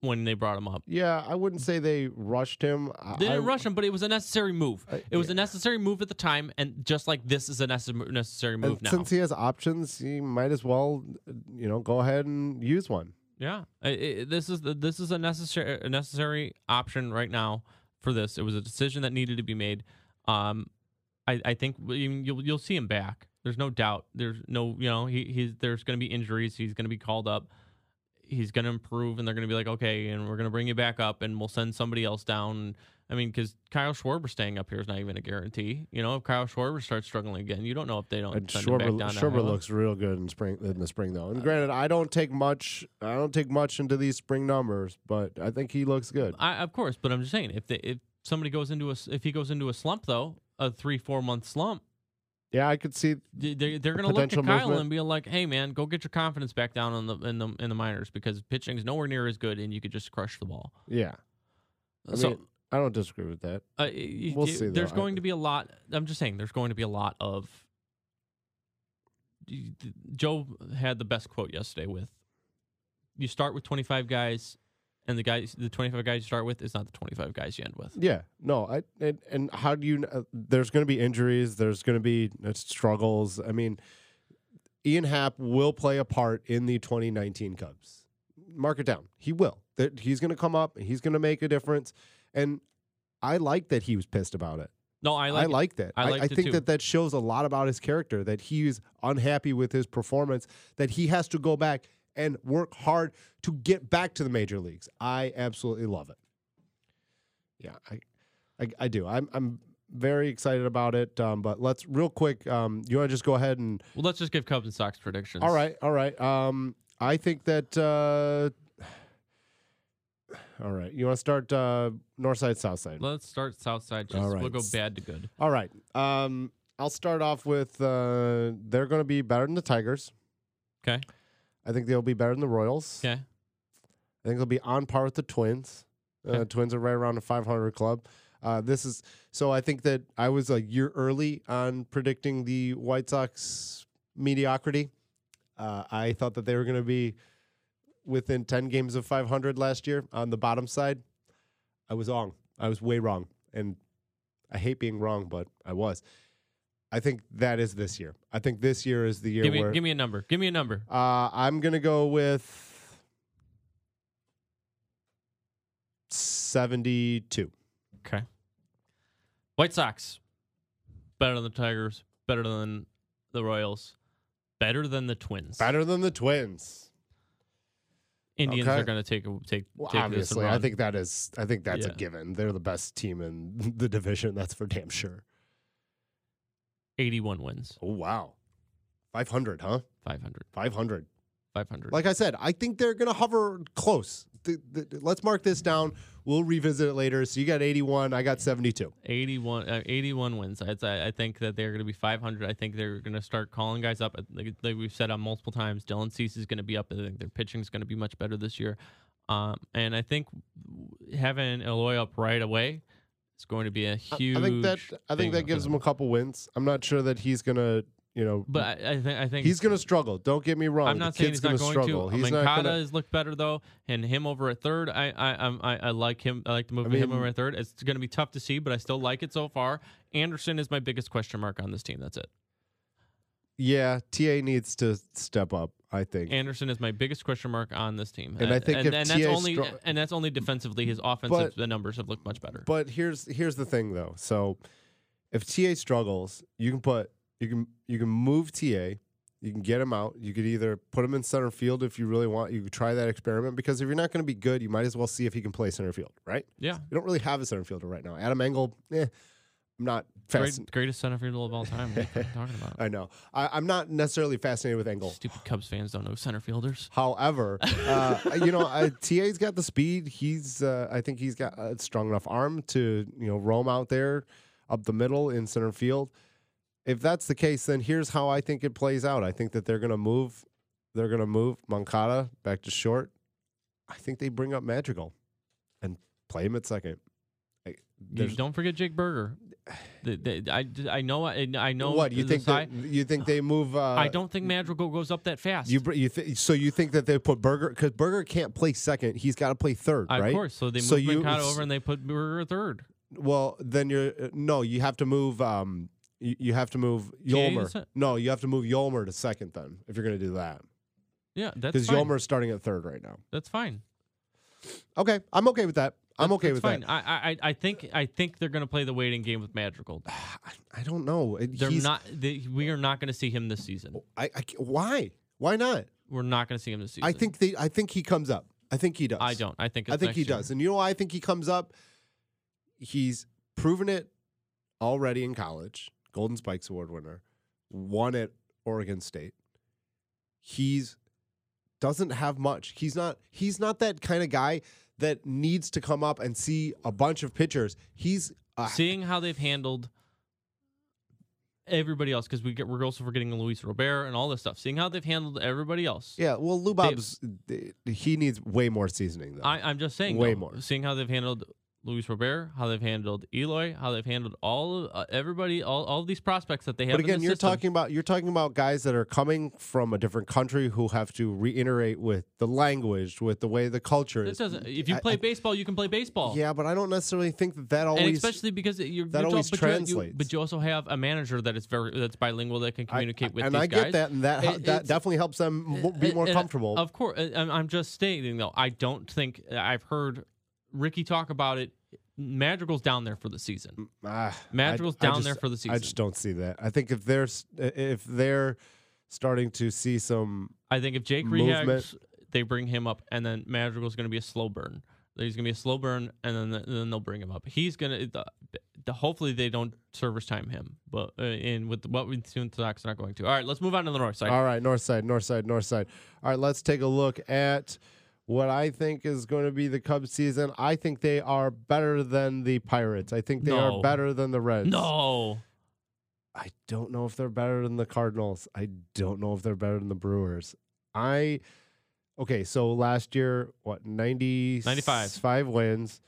Speaker 1: when they brought him up
Speaker 2: Yeah, I wouldn't say they rushed him. I-
Speaker 1: they
Speaker 2: I,
Speaker 1: didn't rush him but it was a necessary move
Speaker 2: I-
Speaker 1: it was
Speaker 2: yeah.
Speaker 1: a necessary move at the time and just like this is a necessary necessary move
Speaker 2: and
Speaker 1: now
Speaker 2: Since he has options, he might as well, you know, go ahead and use one.
Speaker 1: Yeah, I i this is the, this is a necessary a necessary option right now for this. It was a decision that needed to be made. Um, I, I think we- you'll you'll see him back. There's no doubt. There's no you know he he's there's going to be injuries. He's going to be called up. He's going to improve, and they're going to be like, okay, and we're going to bring you back up, and we'll send somebody else down. I mean, because Kyle Schwarber staying up here is not even a guarantee. You know, if Kyle Schwarber starts struggling again, you don't know if they don't
Speaker 2: And
Speaker 1: send him back
Speaker 2: Schwarber,
Speaker 1: down. to
Speaker 2: Schwarber
Speaker 1: Iowa.
Speaker 2: looks real good in spring in the spring though. And granted, I don't take much. I don't take much into these spring numbers, but I think he looks good.
Speaker 1: I, of course, but I'm just saying if they, if somebody goes into a s- if he goes into a slump though, a three four month slump,
Speaker 2: Yeah, I could see.
Speaker 1: they- they they're going to look at
Speaker 2: Potential
Speaker 1: Kyle
Speaker 2: movement.
Speaker 1: and be like, "Hey man, go get your confidence back down in the in the in the minors because pitching's nowhere near as good and you could just crush the ball."
Speaker 2: Yeah, I
Speaker 1: so
Speaker 2: mean, I don't disagree with that.
Speaker 1: uh, y-
Speaker 2: we'll
Speaker 1: y-
Speaker 2: see, though.
Speaker 1: there's
Speaker 2: I-
Speaker 1: going to be a lot. I'm just saying there's going to be a lot of. Joe had the best quote yesterday with, "You start with 25 guys." And the guys, the 25 guys you start with is not the 25 guys you end with.
Speaker 2: Yeah, no, I and, and how do you? kn- Uh, there's going to be injuries. There's going to be uh, struggles. I mean, Ian Happ will play a part in the 2019 Cubs. Mark it down. He will. That he's going to come up. He's going to make a difference. And I like that he was pissed about it.
Speaker 1: No, I
Speaker 2: I
Speaker 1: like,
Speaker 2: like,
Speaker 1: it.
Speaker 2: that.
Speaker 1: I
Speaker 2: I,
Speaker 1: liked
Speaker 2: I
Speaker 1: it
Speaker 2: think
Speaker 1: too.
Speaker 2: that that shows a lot about his character. That he's unhappy with his performance. That he has to go back and work hard to get back to the major leagues. I absolutely love it. Yeah, I, I, I do. I'm, I'm very excited about it. Um, but let's real quick. Um, you want to just go ahead and
Speaker 1: Well, let's just give Cubs and Sox predictions.
Speaker 2: all right, all right. Um, I think that. Uh, all right, you want to start uh, north side, south side.
Speaker 1: Let's start south side. Just
Speaker 2: All right.
Speaker 1: we'll go bad to good.
Speaker 2: All right. Um, I'll start off with uh, they're going to be better than the Tigers.
Speaker 1: 'Kay.
Speaker 2: I think they'll be better than the Royals.
Speaker 1: Okay.
Speaker 2: I think they'll be on par with the Twins. Uh,
Speaker 1: Okay.
Speaker 2: twins are right around the 500 club. Uh, this is so. I think that I was a year early on predicting the White Sox mediocrity. Uh, I thought that they were going to be within 10 games of 500 last year on the bottom side. I was wrong. I was way wrong, and I hate being wrong, but I was. I think that is this year. I think this year is the year
Speaker 1: Give me
Speaker 2: where
Speaker 1: give me a number. Give me a number.
Speaker 2: uh, I'm gonna go with seventy-two.
Speaker 1: Okay. White Sox. Better than the Tigers. Better than the Royals. Better than the Twins.
Speaker 2: Better than the Twins.
Speaker 1: Indians
Speaker 2: Okay.
Speaker 1: are going to take a- take
Speaker 2: Well,
Speaker 1: take this and
Speaker 2: obviously, I
Speaker 1: run.
Speaker 2: think that is. I think that's a
Speaker 1: Yeah.
Speaker 2: given. They're the best team in the division. That's for damn sure.
Speaker 1: 81 wins,
Speaker 2: Oh wow, five hundred, huh?
Speaker 1: 500,
Speaker 2: Five hundred.
Speaker 1: 500.
Speaker 2: Like I said, I think they're gonna hover close. Th- th- th- let's mark this down. We'll revisit it later. So you got eighty-one. I got seventy-two.
Speaker 1: 81, uh, 81 wins. I, I I think that they're going to be 500. I think they're going to start calling guys up. Like, like we've said on multiple times, Dylan Cease is going to be up. I think their pitching is going to be much better this year. Um, and I think having Eloy up right away is going to be a
Speaker 2: I-
Speaker 1: huge.
Speaker 2: I think that. I
Speaker 1: thing
Speaker 2: think that
Speaker 1: for
Speaker 2: gives
Speaker 1: them.
Speaker 2: them a couple wins. I'm not sure that he's gonna. You know,
Speaker 1: But I, I think I think
Speaker 2: He's going to struggle. Don't get me wrong.
Speaker 1: I'm not
Speaker 2: the
Speaker 1: saying
Speaker 2: kid's
Speaker 1: he's not
Speaker 2: gonna
Speaker 1: going
Speaker 2: struggle.
Speaker 1: to.
Speaker 2: He's
Speaker 1: Mankata
Speaker 2: not gonna,
Speaker 1: has looked better though, and him over at third. I I I'm- I, I like him. I like the move
Speaker 2: I
Speaker 1: of him
Speaker 2: mean-
Speaker 1: over at third. It's going to be tough to see, but I still like it so far. Anderson is my biggest question mark on this team. That's it.
Speaker 2: yeah, TA needs to step up, I think.
Speaker 1: Anderson is my biggest question mark on this team, Uh,
Speaker 2: And I think
Speaker 1: and,
Speaker 2: if
Speaker 1: and that's
Speaker 2: TA
Speaker 1: only
Speaker 2: stro-
Speaker 1: and that's only defensively. His offensive
Speaker 2: But-
Speaker 1: the numbers have looked much better.
Speaker 2: but here's here's the thing though. So if TA struggles, you can put you can you can move TA, you can get him out. You could either put him in center field if you really want. You could try that experiment because if you're not going to be good, you might as well see if he can play center field, right?
Speaker 1: yeah,
Speaker 2: You don't really have a center fielder right now. Adam Engel, eh, I'm not
Speaker 1: great,
Speaker 2: fascinated.
Speaker 1: greatest center fielder of all time. What are you talking about?
Speaker 2: I know. I, I'm not necessarily fascinated with Engel.
Speaker 1: Stupid Cubs fans don't know center fielders.
Speaker 2: However, uh, you know, uh, TA's got the speed. He's, uh, I think he's got a strong enough arm to, you know, roam out there up the middle in center field. If that's the case, then here's how I think it plays out. I think that they're going to move They're going to move Moncada back to short. I think they bring up Madrigal and play him at second. I-
Speaker 1: You
Speaker 2: there's-
Speaker 1: don't forget Jake Berger. The- the- I, I know I, I know
Speaker 2: what you
Speaker 1: the
Speaker 2: think?
Speaker 1: side-
Speaker 2: That, you think they move? Uh,
Speaker 1: I don't think Madrigal goes up that fast.
Speaker 2: You, br- you th- so you think that they put Burger because Burger can't play second. He's got to play third,
Speaker 1: Of
Speaker 2: right?
Speaker 1: course. So they move
Speaker 2: So you-
Speaker 1: Mercado over and they put Berger third.
Speaker 2: Well, then you're uh, no. You have to move. Um, you, you have to move
Speaker 1: Kane
Speaker 2: Yolmer.
Speaker 1: se-
Speaker 2: no, you have to move Yolmer to second then if you're going to do that
Speaker 1: Yeah, that's
Speaker 2: because
Speaker 1: fine.
Speaker 2: Yolmer's starting at third right now.
Speaker 1: that's fine.
Speaker 2: Okay, I'm okay with that. I'm
Speaker 1: That's-
Speaker 2: okay
Speaker 1: that's
Speaker 2: with
Speaker 1: fine.
Speaker 2: that.
Speaker 1: I, I I think I think they're gonna play the waiting game with Madrigal.
Speaker 2: I, I don't know. It-
Speaker 1: They're
Speaker 2: he's-
Speaker 1: not. They, we are not gonna see him this season.
Speaker 2: I, I c- why? Why not?
Speaker 1: We're not gonna see him this season.
Speaker 2: I think they. I think he comes up. I think he does.
Speaker 1: I don't. I think. It's
Speaker 2: I think
Speaker 1: next
Speaker 2: he
Speaker 1: year.
Speaker 2: does. And you know why I think he comes up? He's proven it already in college. Golden Spikes Award winner, won at Oregon State. He's doesn't have much. He's not he's not that kind of guy that needs to come up and see a bunch of pitchers. He's a,
Speaker 1: Seeing how they've handled everybody else, because we get we're also forgetting Luis Robert and all this stuff. Seeing how they've handled everybody else.
Speaker 2: yeah, well Lou Bob's he needs way more seasoning though.
Speaker 1: I, I'm just saying.
Speaker 2: Way
Speaker 1: though,
Speaker 2: more.
Speaker 1: Seeing how they've handled Luis Robert, how they've handled Eloy, how they've handled all uh, everybody, all, all these prospects that they have.
Speaker 2: But
Speaker 1: in the
Speaker 2: again, you're
Speaker 1: system.
Speaker 2: talking about you're talking about guys that are coming from a different country who have to reiterate with the language, with the way the culture
Speaker 1: It
Speaker 2: is.
Speaker 1: doesn't. If you
Speaker 2: I-
Speaker 1: play
Speaker 2: I-
Speaker 1: baseball, you can play baseball.
Speaker 2: yeah, but I don't necessarily think that that
Speaker 1: And
Speaker 2: always.
Speaker 1: especially because it- you're,
Speaker 2: that
Speaker 1: you're
Speaker 2: always
Speaker 1: but you- you-
Speaker 2: translates.
Speaker 1: but you also have a manager that is very that's bilingual that can
Speaker 2: I-
Speaker 1: communicate with
Speaker 2: and
Speaker 1: these
Speaker 2: I
Speaker 1: guys.
Speaker 2: get that, and that
Speaker 1: It-
Speaker 2: that
Speaker 1: it's-
Speaker 2: definitely helps them mo- be more
Speaker 1: And- and,
Speaker 2: comfortable.
Speaker 1: Of course, I- I'm I'm just stating though. I don't think I've heard Ricky talk about it. Madrigal's down there for the season.
Speaker 2: Ah,
Speaker 1: Madrigal's down
Speaker 2: just-
Speaker 1: there for the
Speaker 2: I
Speaker 1: season.
Speaker 2: just don't see that. I think if they're s- if they're starting to see some,
Speaker 1: I think if Jake
Speaker 2: Movement.
Speaker 1: reacts, they bring him up, and then Madrigal's going to be a slow burn. He's going to be a slow burn, and then then they'll bring him up. He's going to. The, the, hopefully, they don't service time him, but uh, in with what we've seen, the Sox are not going to. All right, let's move on to the north side.
Speaker 2: all right, north side, north side, north side. All right, let's take a look at what I think is going to be the Cubs season. I think they are better than the Pirates. I think they
Speaker 1: No.
Speaker 2: are better than the Reds.
Speaker 1: No,
Speaker 2: I don't know if they're better than the Cardinals. I don't know if they're better than the Brewers. I okay, so last year, what 90,
Speaker 1: 95.
Speaker 2: five wins,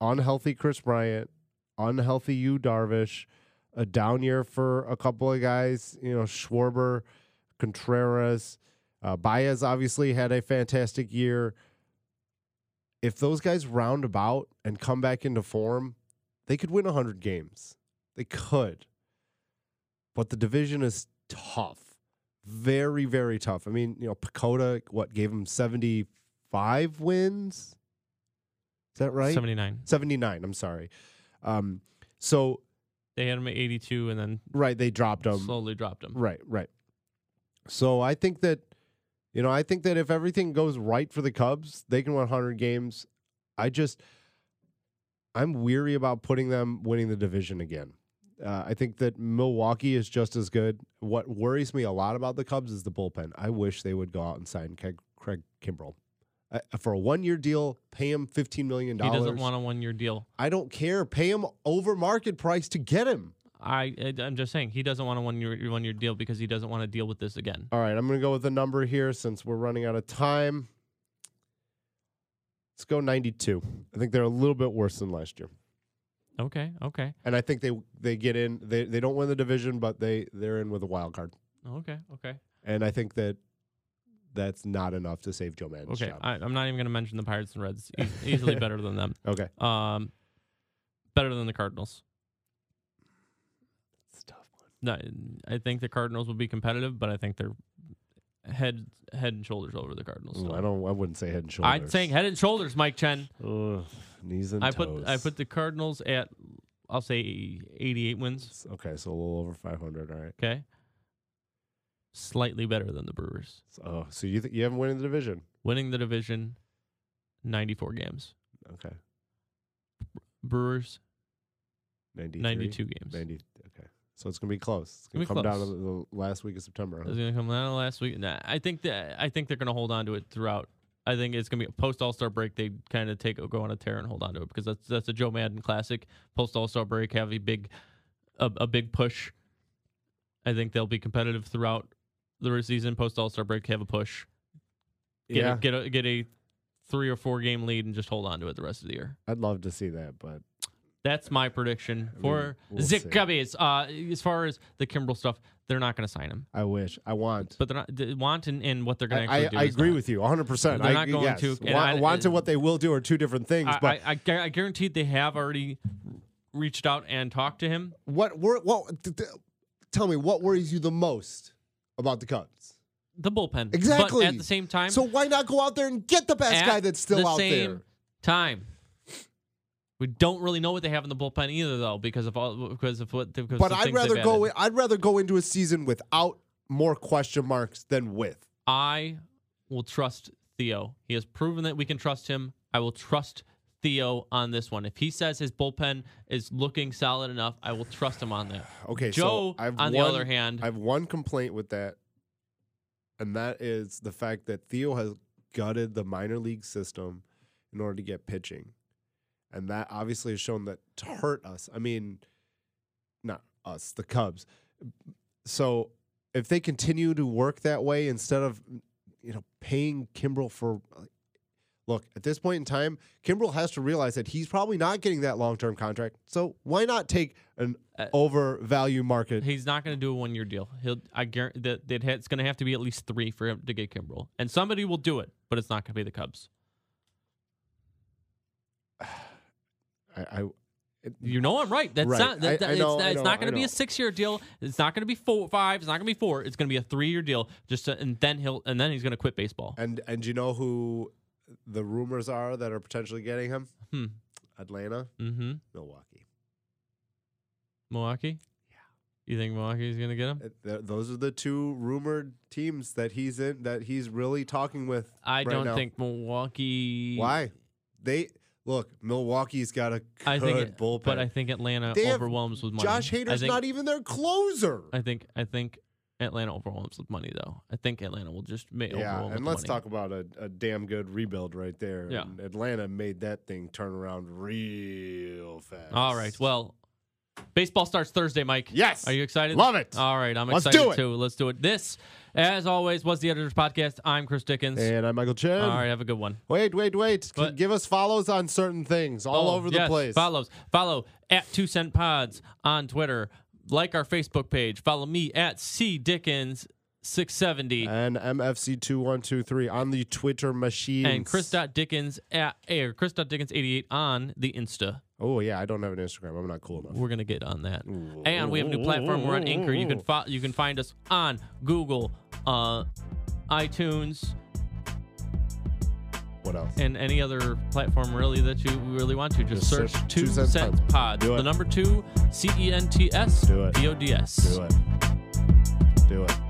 Speaker 2: unhealthy Chris Bryant, unhealthy you Darvish, a down year for a couple of guys, you know, Schwarber, Contreras, uh, Baez obviously had a fantastic year. If those guys round about and come back into form, they could win 100 games. They could. But the division is tough. Very, very tough. I mean, you know, Pacoda, what, gave him 75 wins? Is that right?
Speaker 1: seventy nine.
Speaker 2: 79, I'm sorry. Um, so,
Speaker 1: They had him at eighty two, and then
Speaker 2: right, they dropped him.
Speaker 1: slowly dropped him.
Speaker 2: Right, right. So I think that, you know, I think that if everything goes right for the Cubs, they can win 100 games. I just, I'm weary about putting them winning the division again. Uh, I think that Milwaukee is just as good. What worries me a lot about the Cubs is the bullpen. I wish they would go out and sign Craig, Craig Kimbrell. Uh, for a one year deal, pay him $15 million.
Speaker 1: He doesn't want a one year deal.
Speaker 2: I don't care. Pay him over market price to get him.
Speaker 1: I I- I'm just saying he doesn't want a one year one year deal because he doesn't want to deal with this again.
Speaker 2: All right, I'm going to go with the number here since we're running out of time. Let's go 92. I think they're a little bit worse than last year.
Speaker 1: Okay, okay,
Speaker 2: And I think they they get in they, they don't win the division but they they're in with a wild card.
Speaker 1: okay, okay,
Speaker 2: And I think that that's not enough to save Joe Madden's
Speaker 1: okay.
Speaker 2: job.
Speaker 1: I, I'm not even going to mention the Pirates and Reds. Eas- easily better than them.
Speaker 2: okay.
Speaker 1: Um, better than the Cardinals.
Speaker 2: It's a tough one.
Speaker 1: No, I think the Cardinals will be competitive, but I think they're head head and shoulders over the Cardinals.
Speaker 2: Ooh, I don't I wouldn't say head and shoulders.
Speaker 1: I'd say head and shoulders, Mike Chen.
Speaker 2: Ugh, knees and
Speaker 1: I
Speaker 2: toes.
Speaker 1: put I put the Cardinals at I'll say 88 wins.
Speaker 2: Okay, so a little over 500, all right.
Speaker 1: Okay, slightly better than the Brewers.
Speaker 2: So, oh, so you th- you haven't won the division.
Speaker 1: winning the division 94 games
Speaker 2: Okay.
Speaker 1: brewers
Speaker 2: 93.
Speaker 1: 92 games
Speaker 2: 90. Okay. So it's going to be close. It's
Speaker 1: Gonna be
Speaker 2: going to come down to
Speaker 1: close.
Speaker 2: the the last week of September.
Speaker 1: That's gonna come down to last week nah, i think that i think they're gonna hold on to it throughout i think it's gonna be post all-star break they kind of take go on a tear and hold on to it because that's that's a joe madden classic post all-star break have a big a, a big push i think they'll be competitive throughout the season post All Star break, have a push, get
Speaker 2: yeah,
Speaker 1: a, get a, get a three or four game lead, and just hold on to it the rest of the year.
Speaker 2: I'd love to see that, but
Speaker 1: That's my prediction for
Speaker 2: we'll
Speaker 1: Zick
Speaker 2: see.
Speaker 1: Cubbies. Uh, as far as the Kimbrel stuff, they're not going to sign him,
Speaker 2: I wish I want.
Speaker 1: but they're not they want and, and what they're going to
Speaker 2: I,
Speaker 1: actually
Speaker 2: I,
Speaker 1: do.
Speaker 2: I
Speaker 1: is
Speaker 2: agree
Speaker 1: not.
Speaker 2: with you 100. percent
Speaker 1: They're
Speaker 2: I,
Speaker 1: not going
Speaker 2: yes.
Speaker 1: to, and
Speaker 2: Wa-
Speaker 1: I-
Speaker 2: wants and what they will do are two different things.
Speaker 1: I,
Speaker 2: but
Speaker 1: I, I, gu- I guarantee they have already reached out and talked to him.
Speaker 3: What were well? T- t- tell me what worries you the most about the Cubs.
Speaker 1: The bullpen,
Speaker 3: Exactly.
Speaker 1: But at the same time,
Speaker 3: so why not go out there and get the best
Speaker 1: at
Speaker 3: guy that's still
Speaker 1: the
Speaker 3: out
Speaker 1: same
Speaker 3: there?
Speaker 1: Time. We don't really know what they have in the bullpen either, though, because of all because of what. Because
Speaker 3: But
Speaker 1: of
Speaker 3: I'd
Speaker 1: things they've
Speaker 3: rather go.
Speaker 1: added.
Speaker 3: In, I'd rather go into a season without more question marks than with.
Speaker 1: I will trust Theo. He has proven that we can trust him. I will trust Theo on this one. If he says his bullpen is looking solid enough, I will trust him on that.
Speaker 2: okay,
Speaker 1: Joe,
Speaker 2: so I've
Speaker 1: on the
Speaker 2: one-
Speaker 1: other hand,
Speaker 2: I have one complaint with that, and that is the fact that Theo has gutted the minor league system in order to get pitching. And that obviously has shown that to hurt us. I mean, not us, the Cubs. So if they continue to work that way instead of, mm, you know, paying Kimbrell for. Look, at this point in time, Kimbrell has to realize that he's probably not getting that long term contract. So why not take an
Speaker 1: Uh,
Speaker 2: overvalue market
Speaker 1: He's not going to do a one year deal. He'll I guarantee that that it's going to have to be at least three for him to get Kimbrel, and somebody will do it, but it's not going to be the Cubs.
Speaker 2: I, I it-
Speaker 1: You know I'm right. That's
Speaker 2: Right.
Speaker 1: not. That,
Speaker 2: I-
Speaker 1: that-
Speaker 2: I
Speaker 1: it's
Speaker 2: know,
Speaker 1: not-
Speaker 2: I
Speaker 1: it's
Speaker 2: know,
Speaker 1: not going
Speaker 2: I
Speaker 1: to be a
Speaker 2: know.
Speaker 1: six year deal. It's not going to be four five. It's not going to be four. It's going to be a three year deal. Just to, and then he'll and then he's going to quit baseball.
Speaker 2: and and you know who the rumors are that are potentially getting him?
Speaker 1: Hmm.
Speaker 2: Atlanta,
Speaker 1: Mm-hmm.
Speaker 2: Milwaukee.
Speaker 1: Milwaukee. Yeah. You think Milwaukee's going to get him?
Speaker 2: Uh, th- those are the two rumored teams that he's in that he's really talking with.
Speaker 1: I
Speaker 2: right
Speaker 1: don't
Speaker 2: now.
Speaker 1: think Milwaukee.
Speaker 2: Why they look. Milwaukee's got a good
Speaker 1: I think, it-
Speaker 2: bullpen.
Speaker 1: but I think Atlanta
Speaker 2: They have-
Speaker 1: overwhelms with money.
Speaker 3: Josh
Speaker 1: I
Speaker 3: Hader's
Speaker 1: think,
Speaker 3: not even their closer.
Speaker 1: I think. I think Atlanta overwhelms with money, though. I think Atlanta will just make.
Speaker 2: yeah,
Speaker 1: overwhelm
Speaker 2: and
Speaker 1: with
Speaker 2: let's
Speaker 1: money.
Speaker 2: talk about a, a damn good rebuild right there.
Speaker 1: Yeah.
Speaker 2: And Atlanta made that thing turn around real fast.
Speaker 1: All right. Well, baseball starts Thursday, Mike.
Speaker 2: Yes.
Speaker 1: Are you excited?
Speaker 2: Love it.
Speaker 1: All right. I'm
Speaker 2: Let's
Speaker 1: excited
Speaker 2: do it.
Speaker 1: too. Let's do it. This, as always, was the Editors Podcast. I'm Chris Dickens.
Speaker 2: and I'm Michael Chen.
Speaker 1: All right. Have a good one.
Speaker 2: Wait, wait, wait.
Speaker 1: What?
Speaker 2: Give us follows on certain things all
Speaker 1: Oh,
Speaker 2: over the
Speaker 1: yes,
Speaker 2: place.
Speaker 1: Follows. Follow at Two Cent Pods on Twitter. Like our Facebook page. Follow me at C Dickens. 670
Speaker 2: And MFC2123 on the Twitter machine.
Speaker 1: and chris.dickens at or chris.dickens88 on the insta
Speaker 2: Oh, yeah. I don't have an Instagram. I'm not cool enough.
Speaker 1: We're gonna get on that. And we have a new platform. We're on Anchor. You can fo- you can find us on Google, uh, iTunes,
Speaker 2: What else?
Speaker 1: and any other platform really that you really want to. Just,
Speaker 2: Just
Speaker 1: search
Speaker 2: search
Speaker 1: two,
Speaker 2: Two
Speaker 1: cents,
Speaker 2: Cents Pod.
Speaker 1: pod.
Speaker 2: Do it.
Speaker 1: The number two C E N T S
Speaker 2: Do it.
Speaker 1: D O D S.
Speaker 2: Do it. Do it.